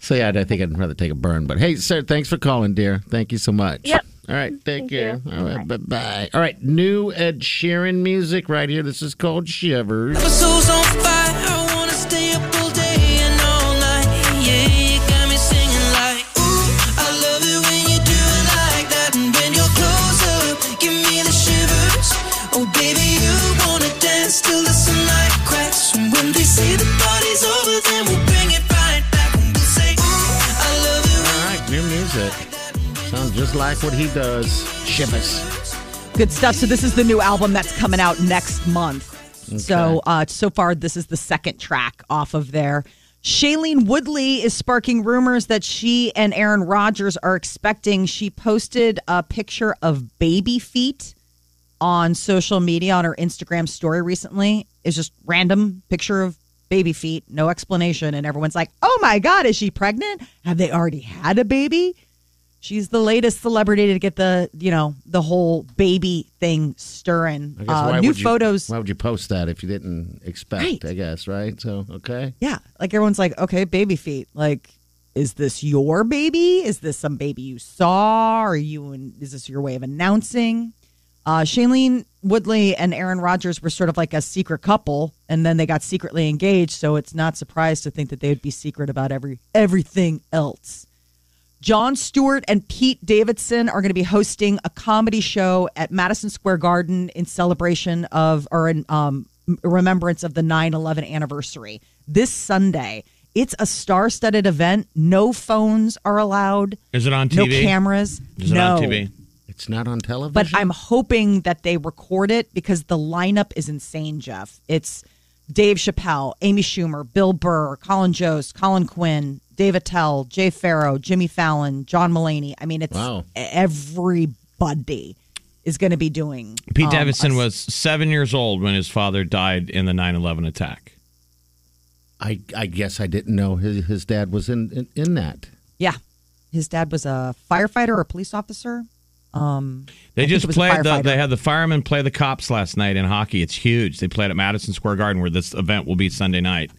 so yeah, I think I'd rather take a burn. But hey, sir, thanks for calling, dear. Thank you so much. Yep. All right, thank, Thank you. you. All right, bye bye. All right, new Ed Sheeran music right here. This is called Shivers. My soul's on fire. I wanna stay Oh, baby, you wanna dance till the sunlight cracks. And when they say the party's over, then we'll bring it right back. And we'll say, Ooh, I love you. All right, new music. Sounds just like what he does. Shivers. Good stuff. So this is the new album that's coming out next month. So uh, so far, this is the second track off of there. Shailene Woodley is sparking rumors that she and Aaron Rodgers are expecting. She posted a picture of baby feet on social media on her Instagram story recently. It's just random picture of baby feet, no explanation, and everyone's like, "Oh my god, is she pregnant? Have they already had a baby?" She's the latest celebrity to get the you know the whole baby thing stirring. I guess Uh, why new would you- photos. Why would you post that if you didn't Right. expect? I guess right. So okay. Yeah. Like everyone's like, okay, baby feet. Like, is this your baby? Is this some baby you saw? Are you and is this your way of announcing? Uh, Shailene Woodley and Aaron Rodgers were sort of like a secret couple, and then they got secretly engaged. So it's not surprised to think that they would be secret about every everything else. John Stewart and Pete Davidson are going to be hosting a comedy show at Madison Square Garden in celebration of or in um, remembrance of the 9 11 anniversary this Sunday. It's a star studded event. No phones are allowed, Is it on TV? no cameras. Is it no. on TV? It's not on television. But I'm hoping that they record it because the lineup is insane, Jeff. It's Dave Chappelle, Amy Schumer, Bill Burr, Colin Jost, Colin Quinn, Dave Attell, Jay Farrow, Jimmy Fallon, John Mulaney. I mean, it's e-, Wow. everybody is going to be doing. Pete um, Davidson a- was seven years old when his father died in the 9 11 attack. I I guess I didn't know his his dad was in in, in that. Yeah. His dad was a firefighter or a police officer. Um, They think it just was a played the, firefighter. they had the firemen play the cops last night in hockey. It's huge. They played at Madison Square Garden where this event will be Sunday night.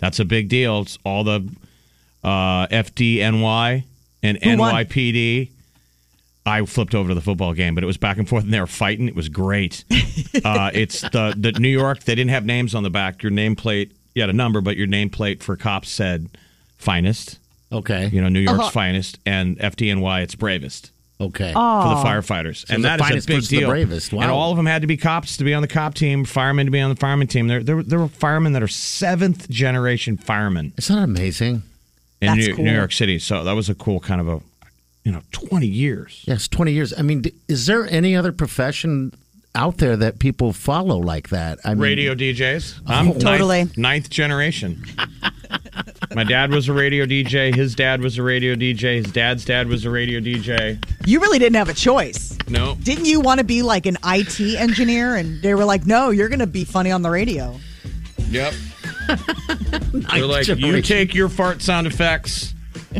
That's a big deal. It's all the uh, FDNY and Who won? NYPD. I flipped over to the football game, but it was back and forth, and they were fighting. It (laughs) was great. uh, it's the the New York. They didn't have names on the back. Your nameplate, you had a number, but your nameplate for cops said finest. Okay. You know, New Uh-huh. York's finest, and FDNY, it's bravest Okay. for the firefighters, So and the that is finest a big versus the deal. bravest. Wow. And all of them had to be cops to be on the cop team, firemen to be on the fireman team. There, there, were- there were firemen that are seventh generation firemen It's not amazing. in That's New, cool. New York City. So that was a cool kind of a, you know, twenty years. Yes, twenty years. I mean, d- is there any other profession out there that people follow like that? I mean, Radio DJs. I'm (laughs) Totally. ninth, ninth (laughs) generation. My dad was a radio DJ. His dad was a radio DJ. His dad's dad was a radio DJ. you really didn't have a choice. No. Didn't you want to be like an IT engineer? And they were like, no, you're going to be funny on the radio. Yep. They're like, you generation. take your fart sound effects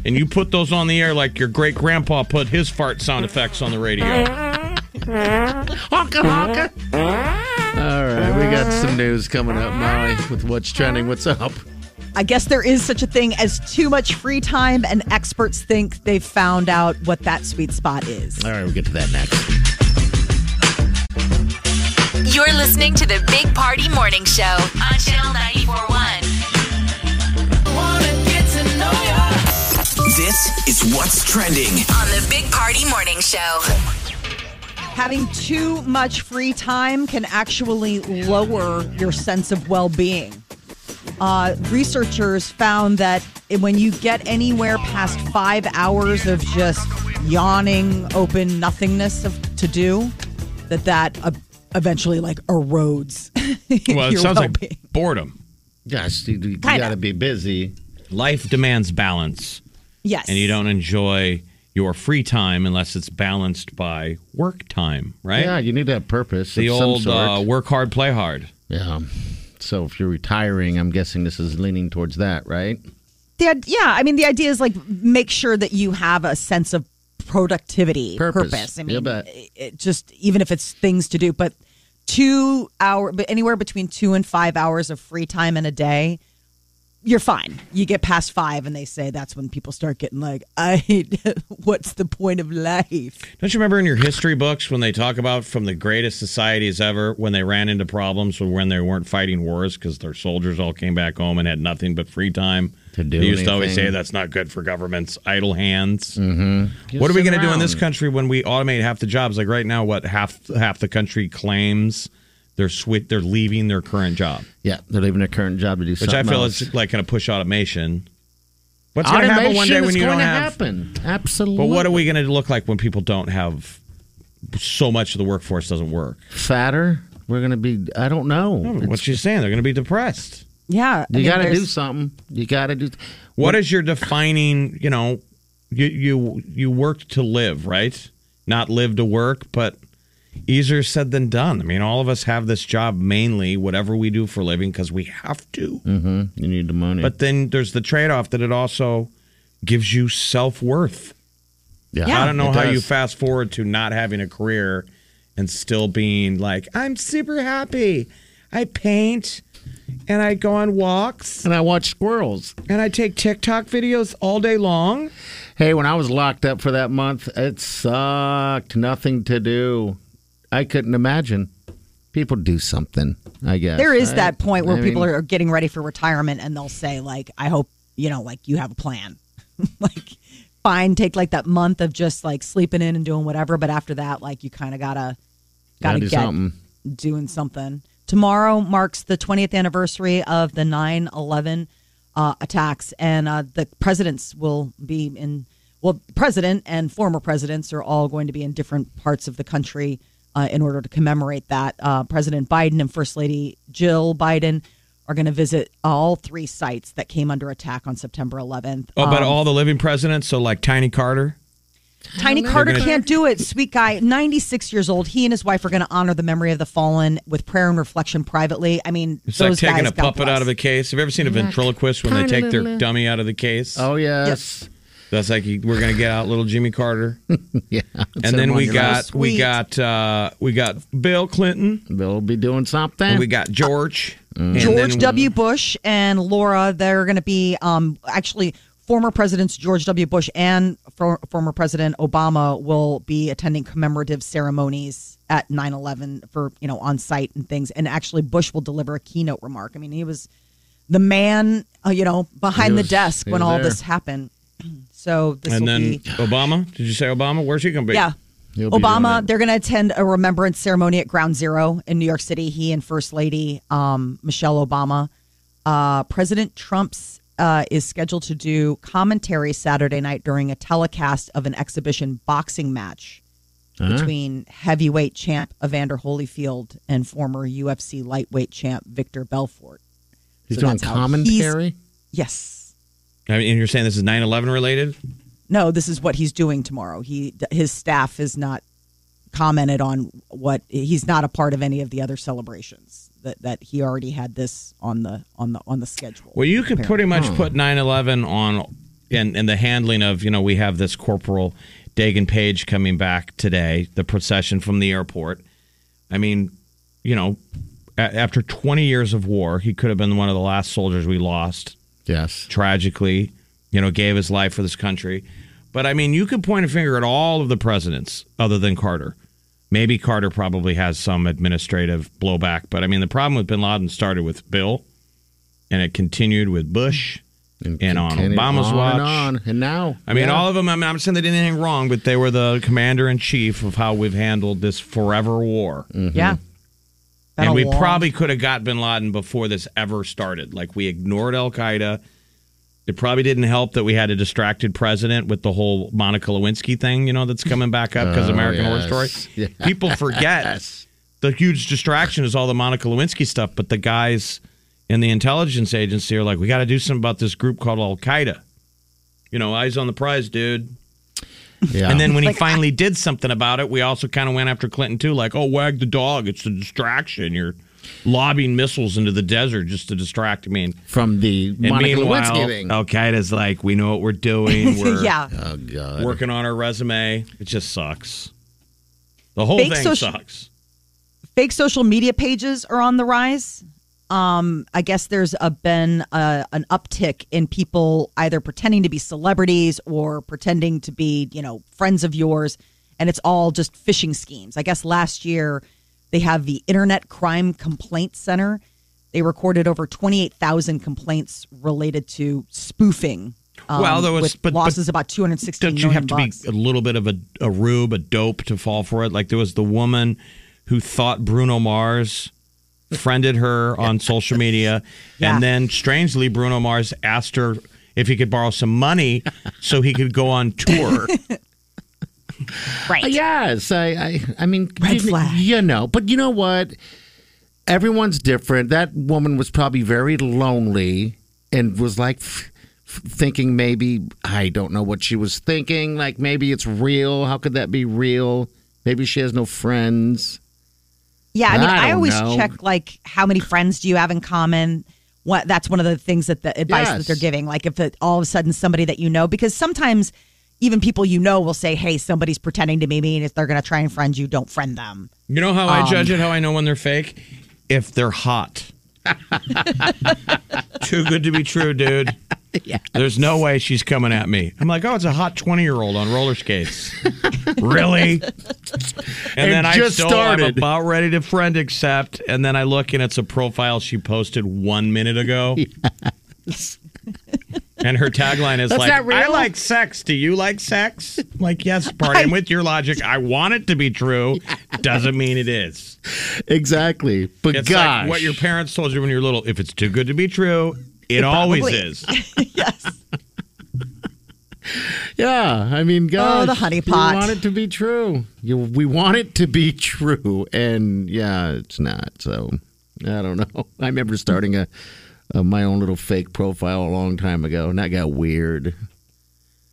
and you put those on the air like your great grandpa put his fart sound effects on the radio. Honka honka. All right, we got some news coming up, Molly, with what's trending. What's up? I guess there is such a thing as too much free time, and experts think they've found out what that sweet spot is. All right, we'll get to that next. You're listening to the Big Party Morning Show on Channel 941. This is what's trending. On the Big Party Morning Show. Having too much free time can actually lower your sense of well being. Uh, researchers found that when you get anywhere past five hours of just yawning, open nothingness of, to do, that that uh, eventually like erodes (laughs) Well, it your sounds well-being. like boredom. Yes, you, you got to be busy. Life demands balance, Yes. and you don't enjoy your free time unless it's balanced by work time, right? Yeah, you need to have purpose. the of some old sort. uh, work hard, play hard. yeah. So if you're retiring, I'm guessing this is leaning towards that, right? the id- yeah i mean the idea is like make sure that you have a sense of productivity Purpose. i You mean bet. it- it just even if it's things to do but two hour but anywhere between two and five hours of free time in a day you're fine you get past five and they say that's when people start getting like (laughs) i what's the point of life Don't you remember in your history books when they talk about from the greatest societies ever when they ran into problems or when they weren't fighting wars because their soldiers all came back home and had nothing but free time To do They used to always anything. Mm. say that's not good for governments, idle hands. Mm-hmm. What are we sit going to do in this around. country when we automate half the jobs? Like right now, what half half the country claims They're swi- They're leaving their current job, Yeah, they're leaving their current job to do which something I feel else. is like going to push automation. What's going Automation to happen one day when is you going don't to have? happen. Absolutely. But what are we going to look like when people don't have? So much of the workforce doesn't work. fatter? We're going to be. I don't know. Oh, What she's saying, they're going to be depressed. Yeah. you got to do there's- something. You got to do. What is your defining? You know, you you you worked to live, right? Not live to work, but easier said than done. I mean, all of us have this job mainly, whatever we do for a living, because we have to. hmm You need the money. But then there's the trade off that it also gives you self worth. I don't know it how you does. fast forward to not having a career and still being like, I'm super happy. I paint and I go on walks and I watch squirrels. and I take TikTok videos all day long. Hey, when I was locked up for that month, it sucked. Nothing to do. I couldn't imagine. People do something, I guess. There is I- that point where I people mean, are getting ready for retirement and they'll say, like, I hope, you know, like you have a plan. (laughs) like, fine, take like that month of just like sleeping in and doing whatever. But after that, like, you kind of gotta, gotta gotta do get something. doing something. Tomorrow marks the 20th anniversary of the 9 11 uh, attacks, and uh, the presidents will be in, well, president and former presidents are all going to be in different parts of the country uh, in order to commemorate that. Uh, President Biden and First Lady Jill Biden are going to visit all three sites that came under attack on September 11th. Oh, but Um, all the living presidents, so like Tiny Carter. Tiny Carter gonna- can't do it. Sweet guy, 96 years old. He and his wife are going to honor the memory of the fallen with prayer and reflection privately. I mean, It's those like taking guys, a God puppet bless. out of a case. Have you ever seen a ventriloquist when they take their dummy out of the case? Oh, yes. (laughs) That's like you- we're gonna get out little Jimmy Carter, Yeah. and then we got Ceremonialist. we sweet. got uh, we got Bill Clinton, They'll be doing something. and we got George, and George then- W. Bush and Laura. They're going to be um, actually former presidents George W. Bush and for, former President Obama will be attending commemorative ceremonies at 9/11 for you know on site and things. And actually, Bush will deliver a keynote remark. I mean, he was the man, uh, you know, behind He the was- desk he when was all there. this happened. (clears throat) So this and will then be Obama. Did you say Obama? Where's he gonna be? yeah. He'll be Obama, doing they're going to attend a remembrance ceremony at Ground Zero in New York City. He and First Lady um, Michelle Obama. Uh, President Trump's uh, is scheduled to do commentary Saturday night during a telecast of an exhibition boxing match Huh? between heavyweight champ Evander Holyfield and former UFC lightweight champ Victor Belfort. He's So doing that's how he's- commentary. Yes. I mean, and you're saying this is 9/11 related? No, this is what he's doing tomorrow. He his staff has not commented on what he's not a part of any of the other celebrations that that he already had this on the on the on the schedule. Well, you could pretty Hmm. much put 9/11 on and and the handling of, you know, we have this corporal Dagan Page coming back today, the procession from the airport. I mean, you know, a- after 20 years of war, he could have been one of the last soldiers we lost Yes. tragically, you know, gave his life for this country. But I mean, you could point a finger at all of the presidents other than Carter. Maybe Carter probably has some administrative blowback, but I mean, the problem with bin Laden started with Bill and it continued with Bush. And on continue Obama's on watch. And, on. and now. I mean, yeah. all of them, I mean, I'm not saying they did anything wrong, but they were the commander in chief of how we've handled this forever war. yeah. Been and a we long- probably could have got bin Laden before this ever started. Like we ignored Al Qaeda. It probably didn't help that we had a distracted president with the whole Monica Lewinsky thing, you know, that's coming back up because Oh, American Horror (laughs) yes. Story. People forget the huge distraction is all the Monica Lewinsky stuff, but the guys in the intelligence agency are like, we got to do something about this group called Al Qaeda. You know, eyes on the prize, dude. Yeah. And then when he finally did something about it, we also kind of went after Clinton too, like, oh, wag the dog. It's a distraction. You're lobbing missiles into the desert just to distract me. And, from the and Oh. Monica meanwhile, Lewinsky thing. Al Qaeda's like, we know what we're doing. (laughs) We're yeah. Oh, God. working on our resume. It just sucks. The whole Fake thing social- sucks. Fake social media pages are on the rise. Um, I guess there's a, been uh an uptick in people either pretending to be celebrities or pretending to be, you know, friends of yours, and it's all just phishing schemes. I guess last year they have the Internet Crime Complaint Center. They recorded over 28,000 complaints related to spoofing. Um, Well, there was- with but- but losses about 260 Don't you have to be a little bit of a, a rube, a dope to fall for it? Like there was the woman who thought Bruno Mars friended her on social media, Yeah. and then strangely, Bruno Mars asked her if he could borrow some money so he could go on tour. Uh, Yes, I, I, I mean, Red you, flag. you know, but you know what? Everyone's different. That woman was probably very lonely and was like f- f- thinking maybe I don't know what she was thinking. Like maybe it's real. How could that be real? Maybe she has no friends. Yeah, I mean, I I, don't always know. check like how many friends do you have in common. What that's one of the things that the advice Yes. that they're giving. Like if it, all of a sudden somebody that you know, because sometimes even people you know will say, "Hey, somebody's pretending to be mean. If they're going to try and friend you, don't friend them." (laughs) You know how Um, I judge it, how I know when they're fake? If (laughs) they're hot. Too good to be true, dude. There's no way she's coming at me. I'm like, oh, it's a hot 20 year old on roller skates. (laughs) really? And then I just still, I'm started. about ready to friend accept, and then I look and it's a profile she posted one minute (laughs) ago. And her tagline is That's like, not real? "I like sex. Do you like sex?" I'm like, yes, party. (laughs) And with your logic, I want it to be true. Doesn't mean it is. Exactly. But It's gosh, like what your parents told you when you were little. If it's too good to be true, it always probably is. yeah, I mean, gosh, Oh, the honey You pot. want it to be true. You, we want it to be true, and yeah, it's not. So I don't know. (laughs) I remember starting a, a my own little fake profile a long time ago, and that got weird.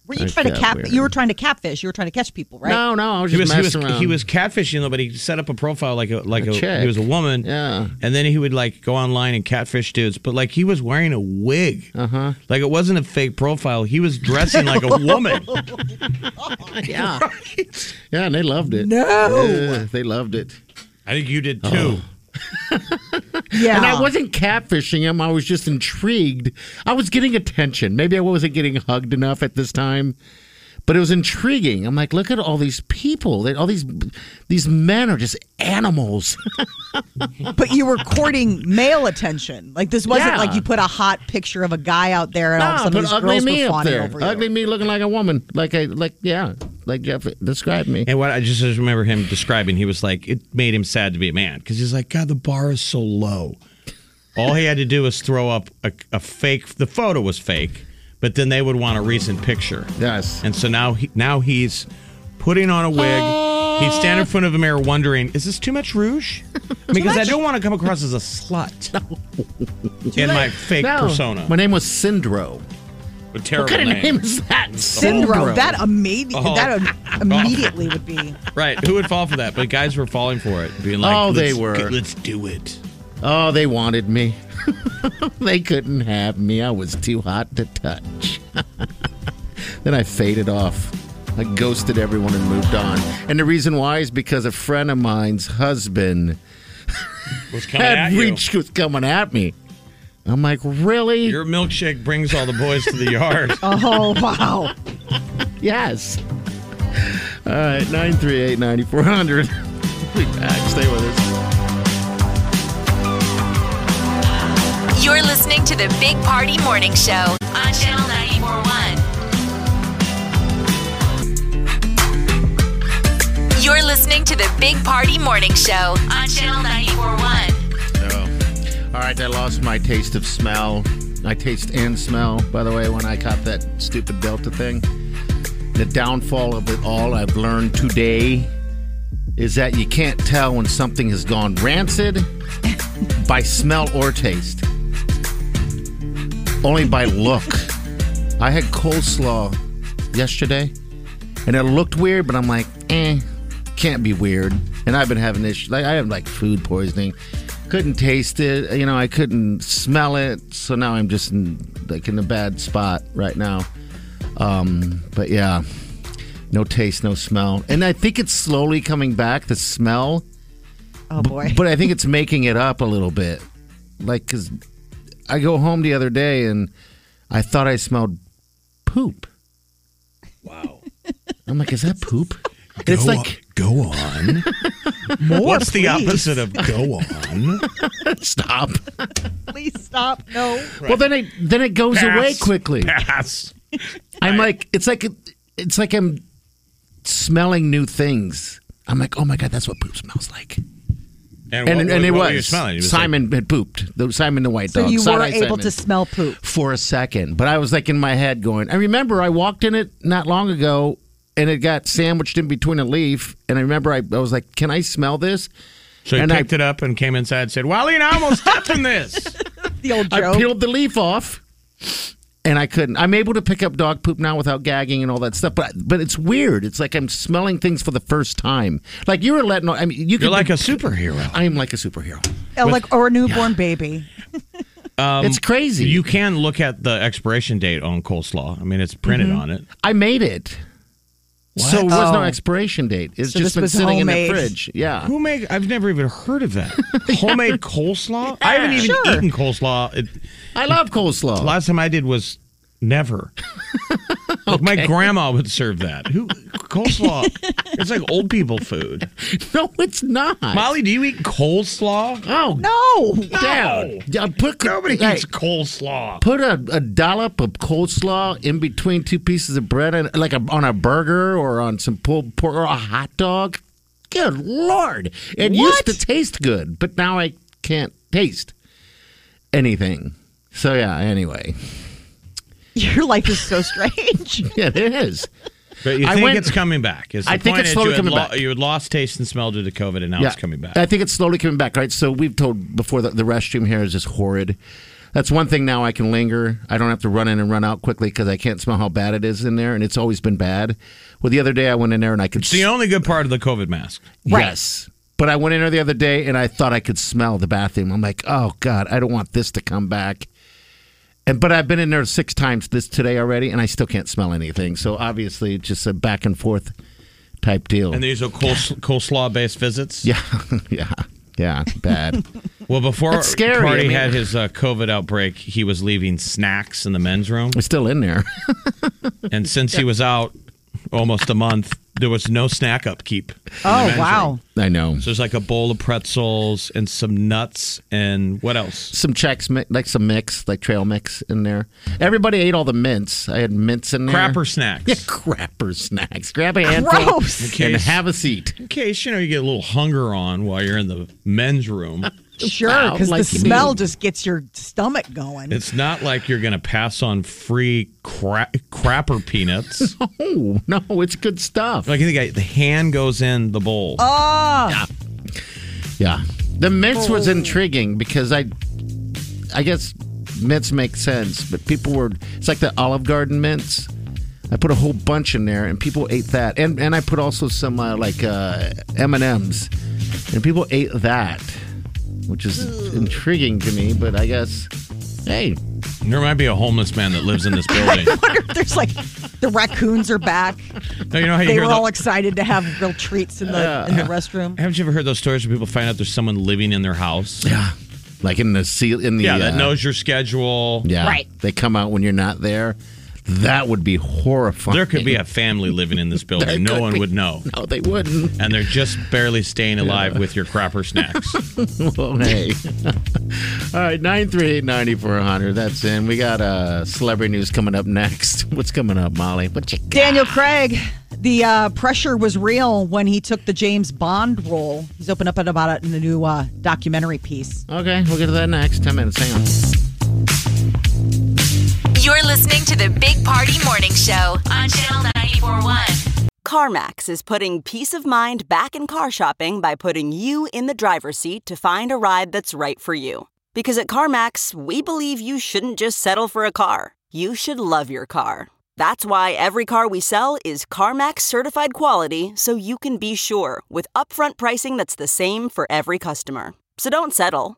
Were you That's trying to kinda cap? weird. You were trying to catfish. You were trying to catch people, right? No, no, I was He just was, he was messing around. he was catfishing though, but he set up a profile like a like A a, chick. he was a woman. Yeah. And then he would like go online and catfish dudes, but like he was wearing a wig. Uh-huh. Like it wasn't a fake profile. He was dressing (laughs) like a woman. yeah, yeah, and they loved it. No. Yeah, they loved it. I think you did too. Oh. Yeah. And I wasn't catfishing him. I was just intrigued. I was getting attention. Maybe I wasn't getting hugged enough at this time, but it was intriguing. I'm like, look at all these people. They- All these these men are just (laughs) animals. but you were courting male attention. Like this wasn't Yeah. like you put a hot picture of a guy out there and all of a Nah, sudden put these ugly girls me were up fawning there. over you. Ugly me looking like a woman. Like I like yeah. Like Jeff describe me. And what I just just remember him describing, he was like, it made him sad to be a man because he's like, God, the bar is so low. All he had to do was throw up a, a fake. The photo was fake, but then they would want a recent picture. Yes. And so now he now he's putting on a wig. He's standing in front of a mirror, wondering, is this too (laughs) much rouge? Because I don't want to come across as a slut in my (laughs) fake No. persona. My name was Syndro. A terrible What kind of name. name is that? Syndrome. That immediate. Oh. That im- immediately would be. Right? Who would fall for that? But guys were falling for it, being like, Oh, they "Let's- were. Let's do it. Oh, they wanted me. (laughs) they couldn't have me. I was too hot to touch. (laughs) then I faded off. I ghosted everyone and moved on. And the reason why is because a friend of mine's husband Was coming at had you. reached (laughs) was coming at me. I'm like, really? Your milkshake brings all the boys to (laughs) the yard. Uh, Oh wow. yes. All right, 938 (laughs) 9400. Be back. Stay with us. You're listening to the Big Party Morning Show on Channel 941. You're listening to the Big Party Morning Show on Channel 941. All right, I lost my taste of smell. I taste and smell, by the way, when I caught that stupid Delta thing. The downfall of it all I've learned today is that you can't tell when something has gone rancid by smell or taste, only by look. I had coleslaw yesterday and it looked weird, but I'm like, eh, can't be weird. And I've been having issues. Like I have like food poisoning. Couldn't taste it. You know, I couldn't smell it. So now I'm just in, like in a bad spot right now. Um, but yeah, no taste, no smell. And I think it's slowly coming back. The smell Oh boy. but I think it's making it up a little bit. Like, because I go home the other day and I thought I smelled poop. Wow. I'm like, is that (laughs) poop? And it's Go like, on- go on. What's the opposite of (laughs) go on? stop. Please stop. No. Well, then it then it goes away Pass. quickly. Pass. I'm like, it's like it's like I'm smelling new things. I'm like, oh my god, that's what poop smells like. And and, what- and it what were was, you smelling? It was like- Simon had pooped. The, Simon the white So dog. you were Side-eye able Simon. to smell poop. for a second, but I was like in my head going, I remember I walked in it not long ago and it got sandwiched in between a leaf. And I remember I, I was like, Can I smell this? So he and I- picked it up and came inside and said, Wally, I almost stepped (laughs) in this. The old I joke. peeled the leaf off and I couldn't. I'm able to pick up dog poop now without gagging and all that stuff, but but it's weird. It's like I'm smelling things for the first time. Like you were letting, I mean, you could You're like be- (laughs) a superhero. I am like a superhero. Oh, like or a newborn baby. Um, it's crazy. You can look at the expiration date on coleslaw. I mean, it's printed Mm-hmm. on it. I made it. So it was no Oh. expiration date. It's So this just been was sitting homemade. in the fridge. Yeah. Who make? I've never even heard of (laughs) that. Homemade coleslaw? I haven't even Sure. eaten coleslaw. It, I love coleslaw. last time I did was (laughs) never. Like, My grandma would serve that. (laughs) Who coleslaw? it's like old people food. No, it's not. Molly, do you eat coleslaw? oh, No. (laughs) down. Yeah, put Nobody hey, eats coleslaw. Put a, a dollop of coleslaw in between two pieces of bread, and like a, on a burger or on some pulled pork or a hot dog. Good lord! It used to taste good, but now I can't taste anything. So yeah. Anyway, (laughs) Your life is so strange. yeah, it is. But you I think went- it's coming back? Is the I think point it's that slowly you had coming lo- back. You had lost taste and smell due to COVID, and now it's coming back. I think it's slowly coming back, right? So we've told before that the restroom here is just horrid. That's one thing now I can linger. I don't have to run in and run out quickly because I can't smell how bad it is in there, and it's always been bad. Well, the other day I went in there and I could it's the s- only good part of the COVID mask. yes, but I went in there the other day and I thought I could smell the bathroom. I'm like, oh god, I don't want this to come back. And but I've been in there six times this today already, and I still can't smell anything. So obviously, it's just a back and forth type deal. And these are coles- coleslaw-based visits. yeah, yeah, yeah, bad. Well, before That's scary. Party I mean- had his uh, COVID outbreak, he was leaving snacks in the men's room, It's still in there. (laughs) and since he was out almost a month, there was no snack upkeep. in the Oh men's wow. room. I know. So there's like a bowl of pretzels and some nuts and what else? Some checks, mi- like some mix, like trail mix in there. Everybody ate all the mints. I had mints in there. Crapper snacks. (laughs) Yeah, crapper snacks. Grab a handful Gross. Okay. and have a seat. In case you know you get a little hunger on while you're in the (laughs) men's room, Sure, because Like the you smell do. just gets your stomach going. (laughs) it's not like you're going to pass on free cra- (laughs) crapper peanuts. Oh no, it's good stuff. like I think I, the hand goes in the bowl. Oh. yeah, the mints was intriguing because I, I guess mints make sense, but people were. It's like the Olive Garden mints. I put a whole bunch in there, and people ate that, and and I put also some uh, like uh, M and M's, and people ate that, which is intriguing to me. But I guess, hey, (sighs) There might be a homeless man that lives in this (laughs) building. There's like the raccoons are back. No, you know how you They hear were the- all excited to have real treats in the in the restroom. Haven't you ever heard those stories where people find out there's someone living in their house? Yeah, like in the seal in the that uh, knows your schedule. yeah, Right. They come out when you're not there. That would be horrifying. There could be a family (laughs) living in this There building. No could one be. would know. (laughs) No, they wouldn't. And they're just barely staying alive with your crapper snacks. (laughs) Well, hey. (laughs) All right, 938 9400. That's in. We got uh, celebrity news coming up next. (laughs) What's coming up, Molly? What you got? Daniel Craig, the uh, pressure was real when he took the James Bond role. He's opened up about it in the new uh, documentary piece. Okay, we'll get to that next. 10 minutes. Hang on. You're listening to the Big Party Morning Show on Channel 941. CarMax is putting peace of mind back in car shopping by putting you in the driver's seat to find a ride that's right for you. Because at CarMax, we believe you shouldn't just settle for a car, you should love your car. That's why every car we sell is CarMax certified quality so you can be sure with upfront pricing that's the same for every customer. So don't settle.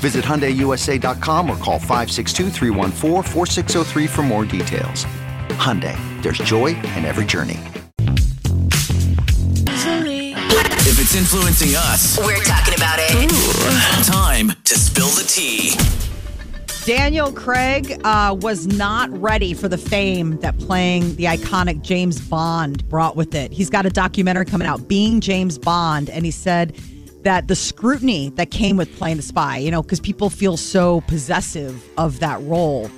Visit HyundaiUSA.com or call 562-314-4603 for more details. Hyundai, there's joy in every journey. If it's It's influencing us. We're talking about it. Time to spill the tea. Daniel Craig uh, was not ready for the fame that playing the iconic James Bond brought with it. He's got a documentary coming out, Being James Bond, and he said that the scrutiny that came with playing the spy, you know, because people feel so possessive of that role,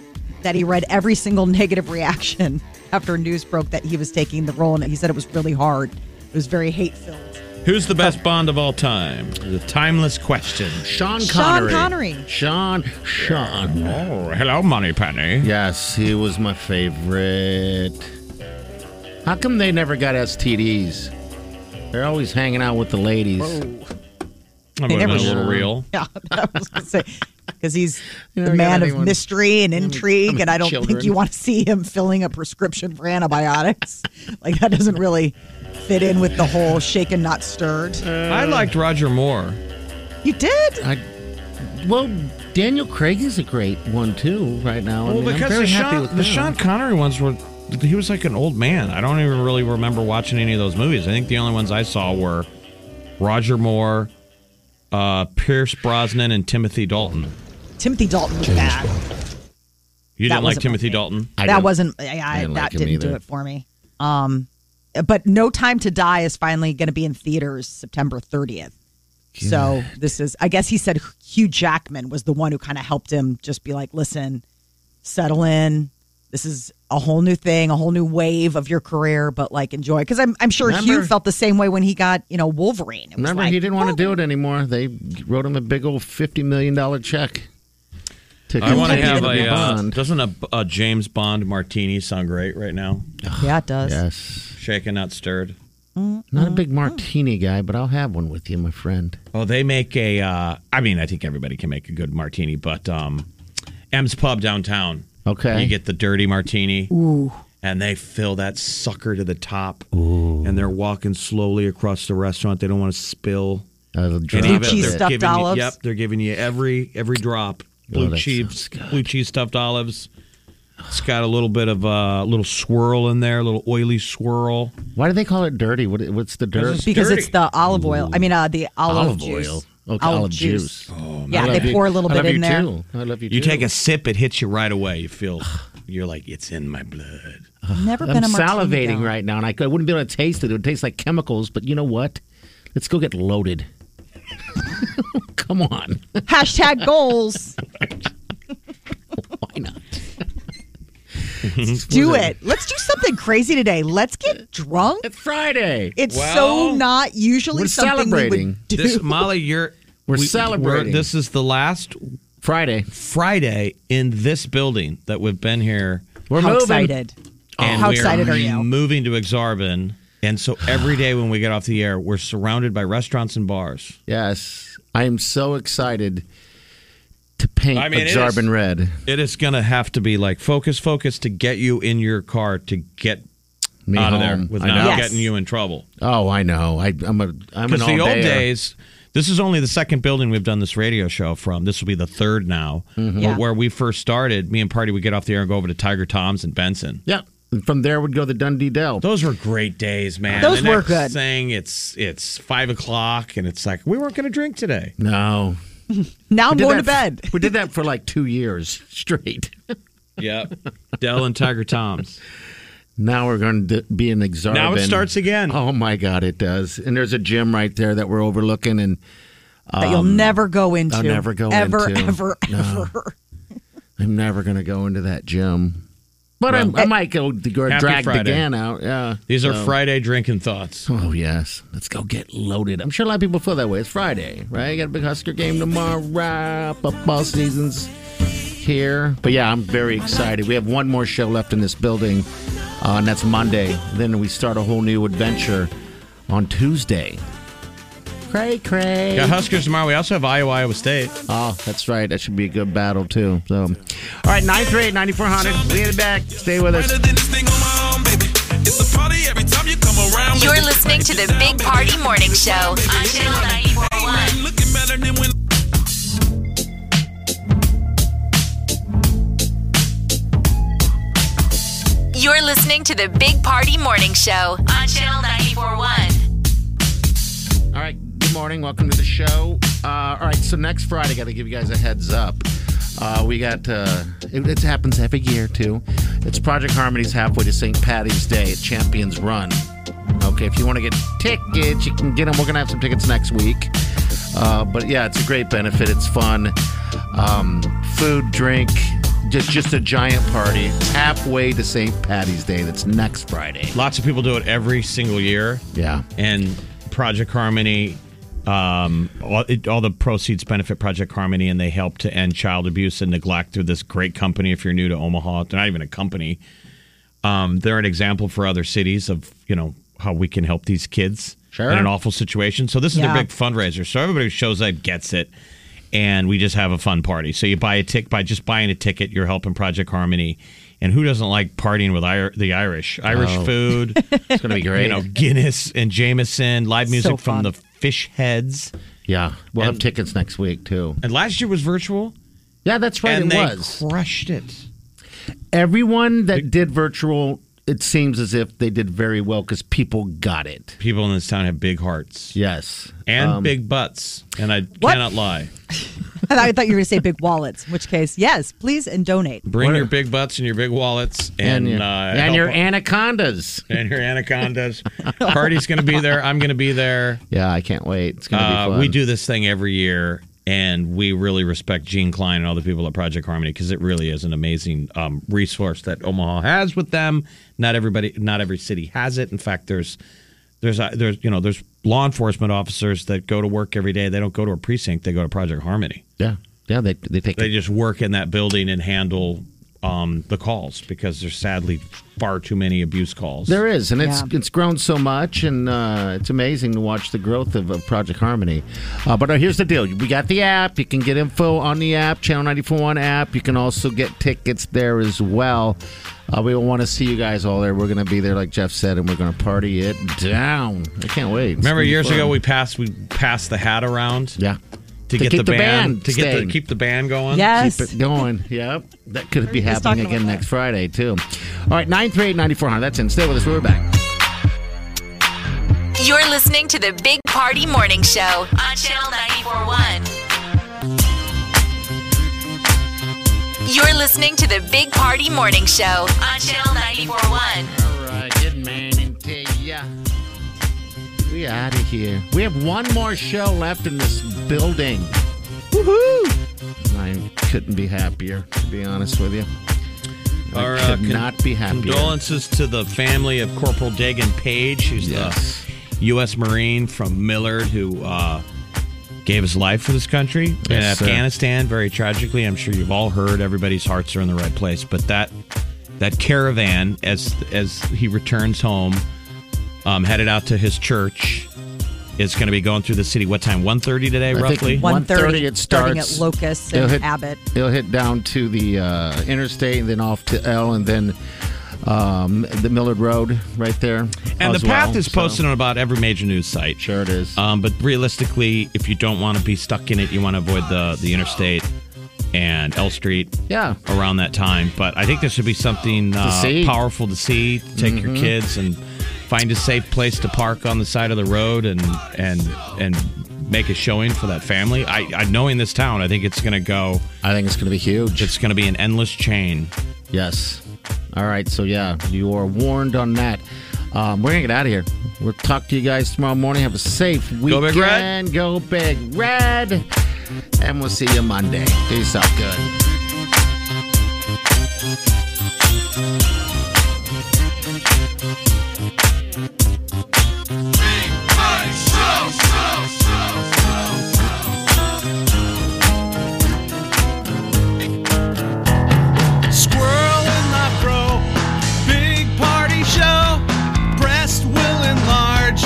that he read every single (laughs) negative reaction after news broke that he was taking the role, and he said it was really hard. It was very hate filled. Who's the best Bond of all time? The timeless question. Sean Sean Connery. Connery. Sean. Sean. Oh, hello, Money Penny. Yes, he was my favorite. How come they never got STDs? They're always hanging out with the ladies. That would've been a little real. (laughs) Yeah, I was gonna say because (laughs) he's the never got man of anyone. mystery and intrigue, mean, and I don't think children. you want to see him filling a prescription for antibiotics. (laughs) like that doesn't really fit in with the whole shaken not stirred. I liked Roger Moore. you did. I, well, Daniel Craig is a great one too right now. I Well, mean, I'm because very the happy Sean, with the him. Sean Connery ones were, he was like an old man. I don't even really remember watching any of those movies. I think the only ones I saw were Roger Moore, uh, Pierce Brosnan, and Timothy Dalton. Timothy Dalton was bad. You That didn't like wasn't my Timothy Dalton? that wasn't. I, I, didn't that like him didn't do either. it for me. Um, but No Time to Die is finally going to be in theaters September 30th. So this is, I guess he said Hugh Jackman was the one who kind of helped him just be like, listen, settle in. This is a whole new thing, a whole new wave of your career, but like enjoy. Because I'm, I'm sure Hugh Remember- felt the same way when he got, you know, Wolverine. It was Remember, like, he didn't want to do it anymore. They wrote him a big old fifty million dollar check. To I want to continue have be a. Uh, Bond. doesn't a, a James Bond martini sound great right now? Yeah, it does. yes, Shaken, not stirred. not a Oh, big martini guy, but I'll have one with you, my friend. Oh, they make a. Uh, I mean, I think everybody can make a good martini, but um, M's Pub downtown. Okay. You get the dirty martini. Ooh. And they fill that sucker to the top. Ooh. And they're walking slowly across the restaurant. They don't want to spill. Uh, And drop even cheese they're stuffed giving you- olives. yep, they're giving you every every drop. Blue that cheese, blue cheese stuffed olives. It's got a little bit of a uh, little swirl in there, a little oily swirl. Why do they call it dirty? What, what's the dirt? it's- Because Dirty. it's the olive oil. I mean, uh, the olive, Olive juice. oil. Okay, olive juice. Oh, yeah, I love they you. pour a little I bit love in you there. Too. I love you. You too. take a sip, it hits you right away. You feel, you're like, it's in my blood. Never I'm been a martini salivating guy. (laughs) right now, and I, could- I wouldn't be able to taste it. It would taste like chemicals. But you know what? Let's go (laughs) get loaded. (laughs) Come on, (laughs) Hashtag goals. why (laughs) not? do it. Let's do something crazy today. Let's get drunk. It's Friday. It's Well, so not usually we're something we celebrating. would do. (laughs) This Molly, you're We're celebrating. this is the last Friday. Friday in this building that we've been here. We're How moving. excited? and Oh, How we're excited are you? Moving to Exarban, and so every day when we get off the air, we're surrounded by restaurants and bars. Yes, I am so excited to paint I mean, it Exarban is- red. It is going to have to be like focus, focus to get you in your car to get Me out of there home. without I know. Yes. getting you in trouble. Oh, I know. I, I'm a. I'm an Because all the old dayer. days, this is only the second building we've done this radio show from. This will be the third now. Mm-hmm. Yeah. But where we first started, me and Party would get off the air and go over to Tiger Tom's and Benson. Yeah. And from there would go the Dundee Dell. Those were great days, man. Those the were next good. Thing it's it's five o'clock and it's like we weren't going to (laughs) drink today. No. Now We I'm did going to that- bed. We did that for like two years straight. Yep, Dell and Tiger Tom's. Now we're going to be in Exarban. Now it starts again. Oh my God, it does. And there's a gym right there that we're overlooking, and that you'll never go into. um, I'll never go ever, into. (laughs) Ever, No. ever, (laughs) I'm never going to go into that gym. But I'm- I, might go, to go Happy drag Friday. the gan out. Yeah. These are So- Friday drinking thoughts. Oh yes, let's go get loaded. I'm sure a lot of people feel that way. It's Friday, right? got a big Husker game tomorrow. Football season's here, but yeah, I'm very excited. We have one more show left in this building, uh, and that's Monday. Then we start a whole new adventure on Tuesday. Cray, cray. Yeah, Huskers tomorrow. We also have Iowa Iowa State. Oh, that's right. That should be a good battle too. So, all right, nine three eight ninety four hundred. We get it back. Stay with us. Better than this thing on my own, baby. It's a party every time you come around. You're listening to the Big Party Morning Show on Channel 941. Looking better than when. You're listening to the Big Party Morning Show on Channel 941. All right, morning. Welcome to the show. Uh, all right, so next Friday, got to give you guys a heads up. Uh, we got uh, it, it happens every year too. It's Project Harmony's halfway to St. Patty's Day at Champions Run. Okay, if you want to get tickets, you can get them. We're gonna have some tickets next week. Uh, but yeah, it's a great benefit. It's fun. Um, food, drink, just just a giant party halfway to St. Patty's Day. That's next Friday. Lots of people do it every single year. Yeah. And Project Harmony, um, all, it, all the proceeds benefit Project Harmony, and they help to end child abuse and neglect through this great company. If you're new to Omaha, they're not even a company. Um, they're an example for other cities of you know how we can help these kids Sure. in an awful situation. So this is Yeah. their big fundraiser. So everybody who shows up gets it, and we just have a fun party. So you buy a tick by just buying a ticket, you're helping Project Harmony. And who doesn't like partying with Ir- the Irish? Irish Oh. food. (laughs) It's gonna be great. (laughs) You know, Guinness and Jameson, live So music fun. from the Fish Heads. Yeah, we'll have tickets next week too. And last year was virtual. Yeah, that's right. And it they was crushed it. Everyone that did virtual, it seems as if they did very well because people got it. People in this town have big hearts. Yes, And Um, big butts. And I What? cannot lie. I thought, I thought you were going to say big wallets, in which case, yes, please and donate. Bring your big butts and your big wallets and And your- uh, and help- your anacondas. and your (laughs) anacondas. Party's going to be there. I'm going to be there. Yeah, I can't wait. It's gonna be Uh, fun. we do this thing every year, and we really respect Gene Klein and all the people at Project Harmony because it really is an amazing um, resource that Omaha has with them. Not everybody, not every city has it. In fact, there's there's uh, there's you know there's law enforcement officers that go to work every day. They don't go to a precinct. They go to Project Harmony. Yeah, yeah. They they take They just work in that building and handle um, the calls because there's sadly far too many abuse calls. There is, and it's Yeah. it's grown so much, and uh, it's amazing to watch the growth of, of Project Harmony. Uh, but uh, here's the deal: we got the app. You can get info on the app, Channel 941 app. You can also get tickets there as well. Uh, we want to see you guys all there. We're going to be there, like Jeff said, and we're going to party it down. I can't wait. It's Remember gonna be years fun. ago we passed we passed the hat around. Yeah. To, get, the, band, to get the, staying. keep the band going. Keep it going. Yep. That could be happening again next Friday, too. All right, 938 9400. That's in. Stay with us. We're back. You're listening to the Big Party Morning Show on Channel 941. You're listening to the Big Party Morning Show on Channel 941. All right, good morning to ya. We out of here. We have one more show left in this building. Woohoo! I couldn't be happier, to be honest with you. I Our, uh, could con- not be happier. Condolences to the family of Corporal Dagan Page, who's the U.S. Marine from Millard, who uh, gave his life for this country in Yes, sir. Afghanistan. Very tragically, I'm sure you've all heard. Everybody's hearts are in the right place, but that that caravan, as as he returns home, um, headed out to his church, is going to be going through the city. What time? 1.30 today, I think roughly. 1:30 it starting at starts. Locust It'll and hit, Abbott. It'll hit down to the uh, interstate and then off to L and then um, the Millard Road right there. And as the path well, is so- posted on about every major news site. Sure it is. Um, but realistically, if you don't want to be stuck in it, you want to avoid the the interstate and L Street. Yeah. Around that time, but I think there should be something uh, see. powerful to see. To take your Mhm. kids and find a safe place to park on the side of the road and and and make a showing for that family. I, I knowing this town, I think it's going to go. I think it's going to be huge. It's going to be an endless chain. Yes. All right. So, yeah, you are warned on that. Um, we're going to get out of here. We'll talk to you guys tomorrow morning. Have a safe weekend. Big Red. Go Big Red. And we'll see you Monday. Do yourself good. Squirrel in my bro, big party show. Breast will enlarge,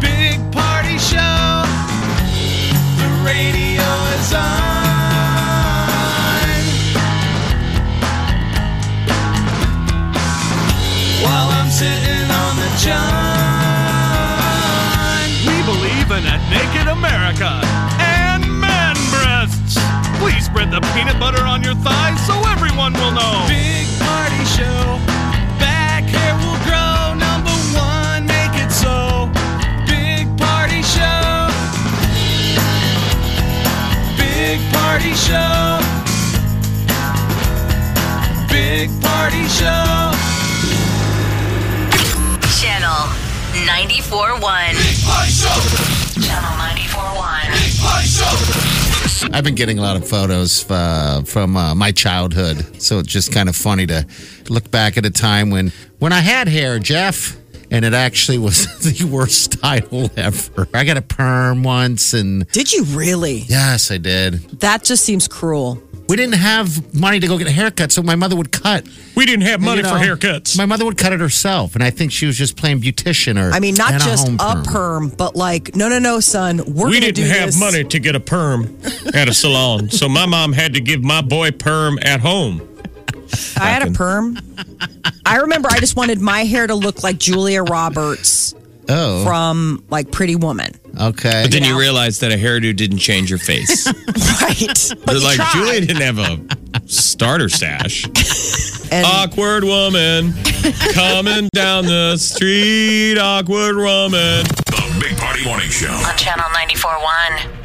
big party show. The radio is on. While I'm sitting on the john. We believe in a naked America and man breasts. Please spread the peanut butter on your thighs so everyone will know. Big party show. Back hair will grow. Number one, make it so. Big party show. show. Big party show. Channel 94.1. Channel 94.1. I've been getting a lot of photos uh, from uh, my childhood, so it's just kind of funny to look back at a time when when I had hair, Jeff, and it actually was (laughs) the worst style ever. I got a perm once, and did you really? Yes, I did. That just seems cruel. We didn't have money to go get a haircut, so my mother would cut. We didn't have money for haircuts. My mother would cut it herself, and I think she was just playing beautician or I mean, not and just home a perm. but like, no, no, no, son, we're we gonna didn't do have this. money to get a perm at a (laughs) salon, so my mom had to give my boy perm at home. I had a perm. I remember I just wanted my hair to look like Julia Roberts. Oh. From like Pretty Woman. (laughs) Okay. But then you realize that a hairdo didn't change (laughs) your face. right. But like Julia didn't have a (laughs) starter sash. awkward woman coming down the street. Awkward woman. The Big Party Morning Show. On Channel 94.1.